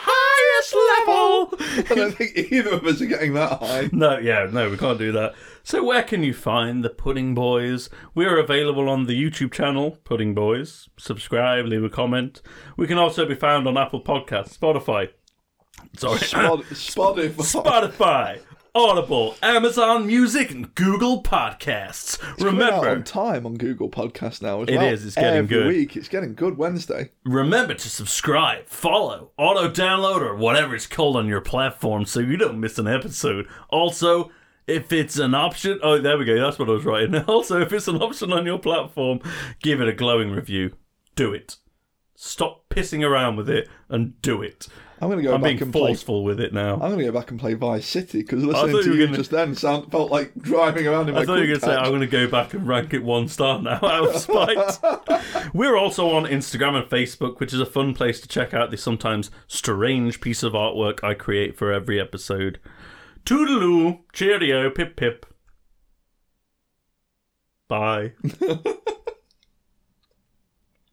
[SPEAKER 4] highest
[SPEAKER 2] I
[SPEAKER 4] level.
[SPEAKER 2] don't think either of us are getting that high.
[SPEAKER 4] No, yeah, no, we can't do that. So, where can you find the Pudding Boys? We are available on the YouTube channel, Pudding Boys. Subscribe, leave a comment. We can also be found on Apple Podcasts, Spotify. Sorry.
[SPEAKER 2] Spot, Spotify.
[SPEAKER 4] Spotify, Audible, Amazon Music, and Google Podcasts.
[SPEAKER 2] Coming out
[SPEAKER 4] remember,
[SPEAKER 2] on time on Google Podcasts now as
[SPEAKER 4] It
[SPEAKER 2] well.
[SPEAKER 4] is, it's getting
[SPEAKER 2] Every
[SPEAKER 4] good.
[SPEAKER 2] week, it's getting good. Wednesday,
[SPEAKER 4] remember to subscribe, follow, auto download, or whatever it's called on your platform, so you don't miss an episode. Also. If it's an option, oh, there we go. That's what I was writing. Also, if it's an option on your platform, give it a glowing review. Do it. Stop pissing around with it and do it.
[SPEAKER 2] I'm going to go
[SPEAKER 4] I'm
[SPEAKER 2] back
[SPEAKER 4] being
[SPEAKER 2] and play.
[SPEAKER 4] forceful with it now.
[SPEAKER 2] I'm going to go back and play Vice City because
[SPEAKER 4] thought you
[SPEAKER 2] listening to
[SPEAKER 4] were
[SPEAKER 2] you
[SPEAKER 4] gonna-
[SPEAKER 2] just then sound felt like driving around in my.
[SPEAKER 4] I thought you were going to say,
[SPEAKER 2] Countach.
[SPEAKER 4] I'm going to go back and rank it one star now out of spite. we're also on Instagram and Facebook, which is a fun place to check out the sometimes strange piece of artwork I create for every episode. Toodaloo, cheerio, pip pip. Bye.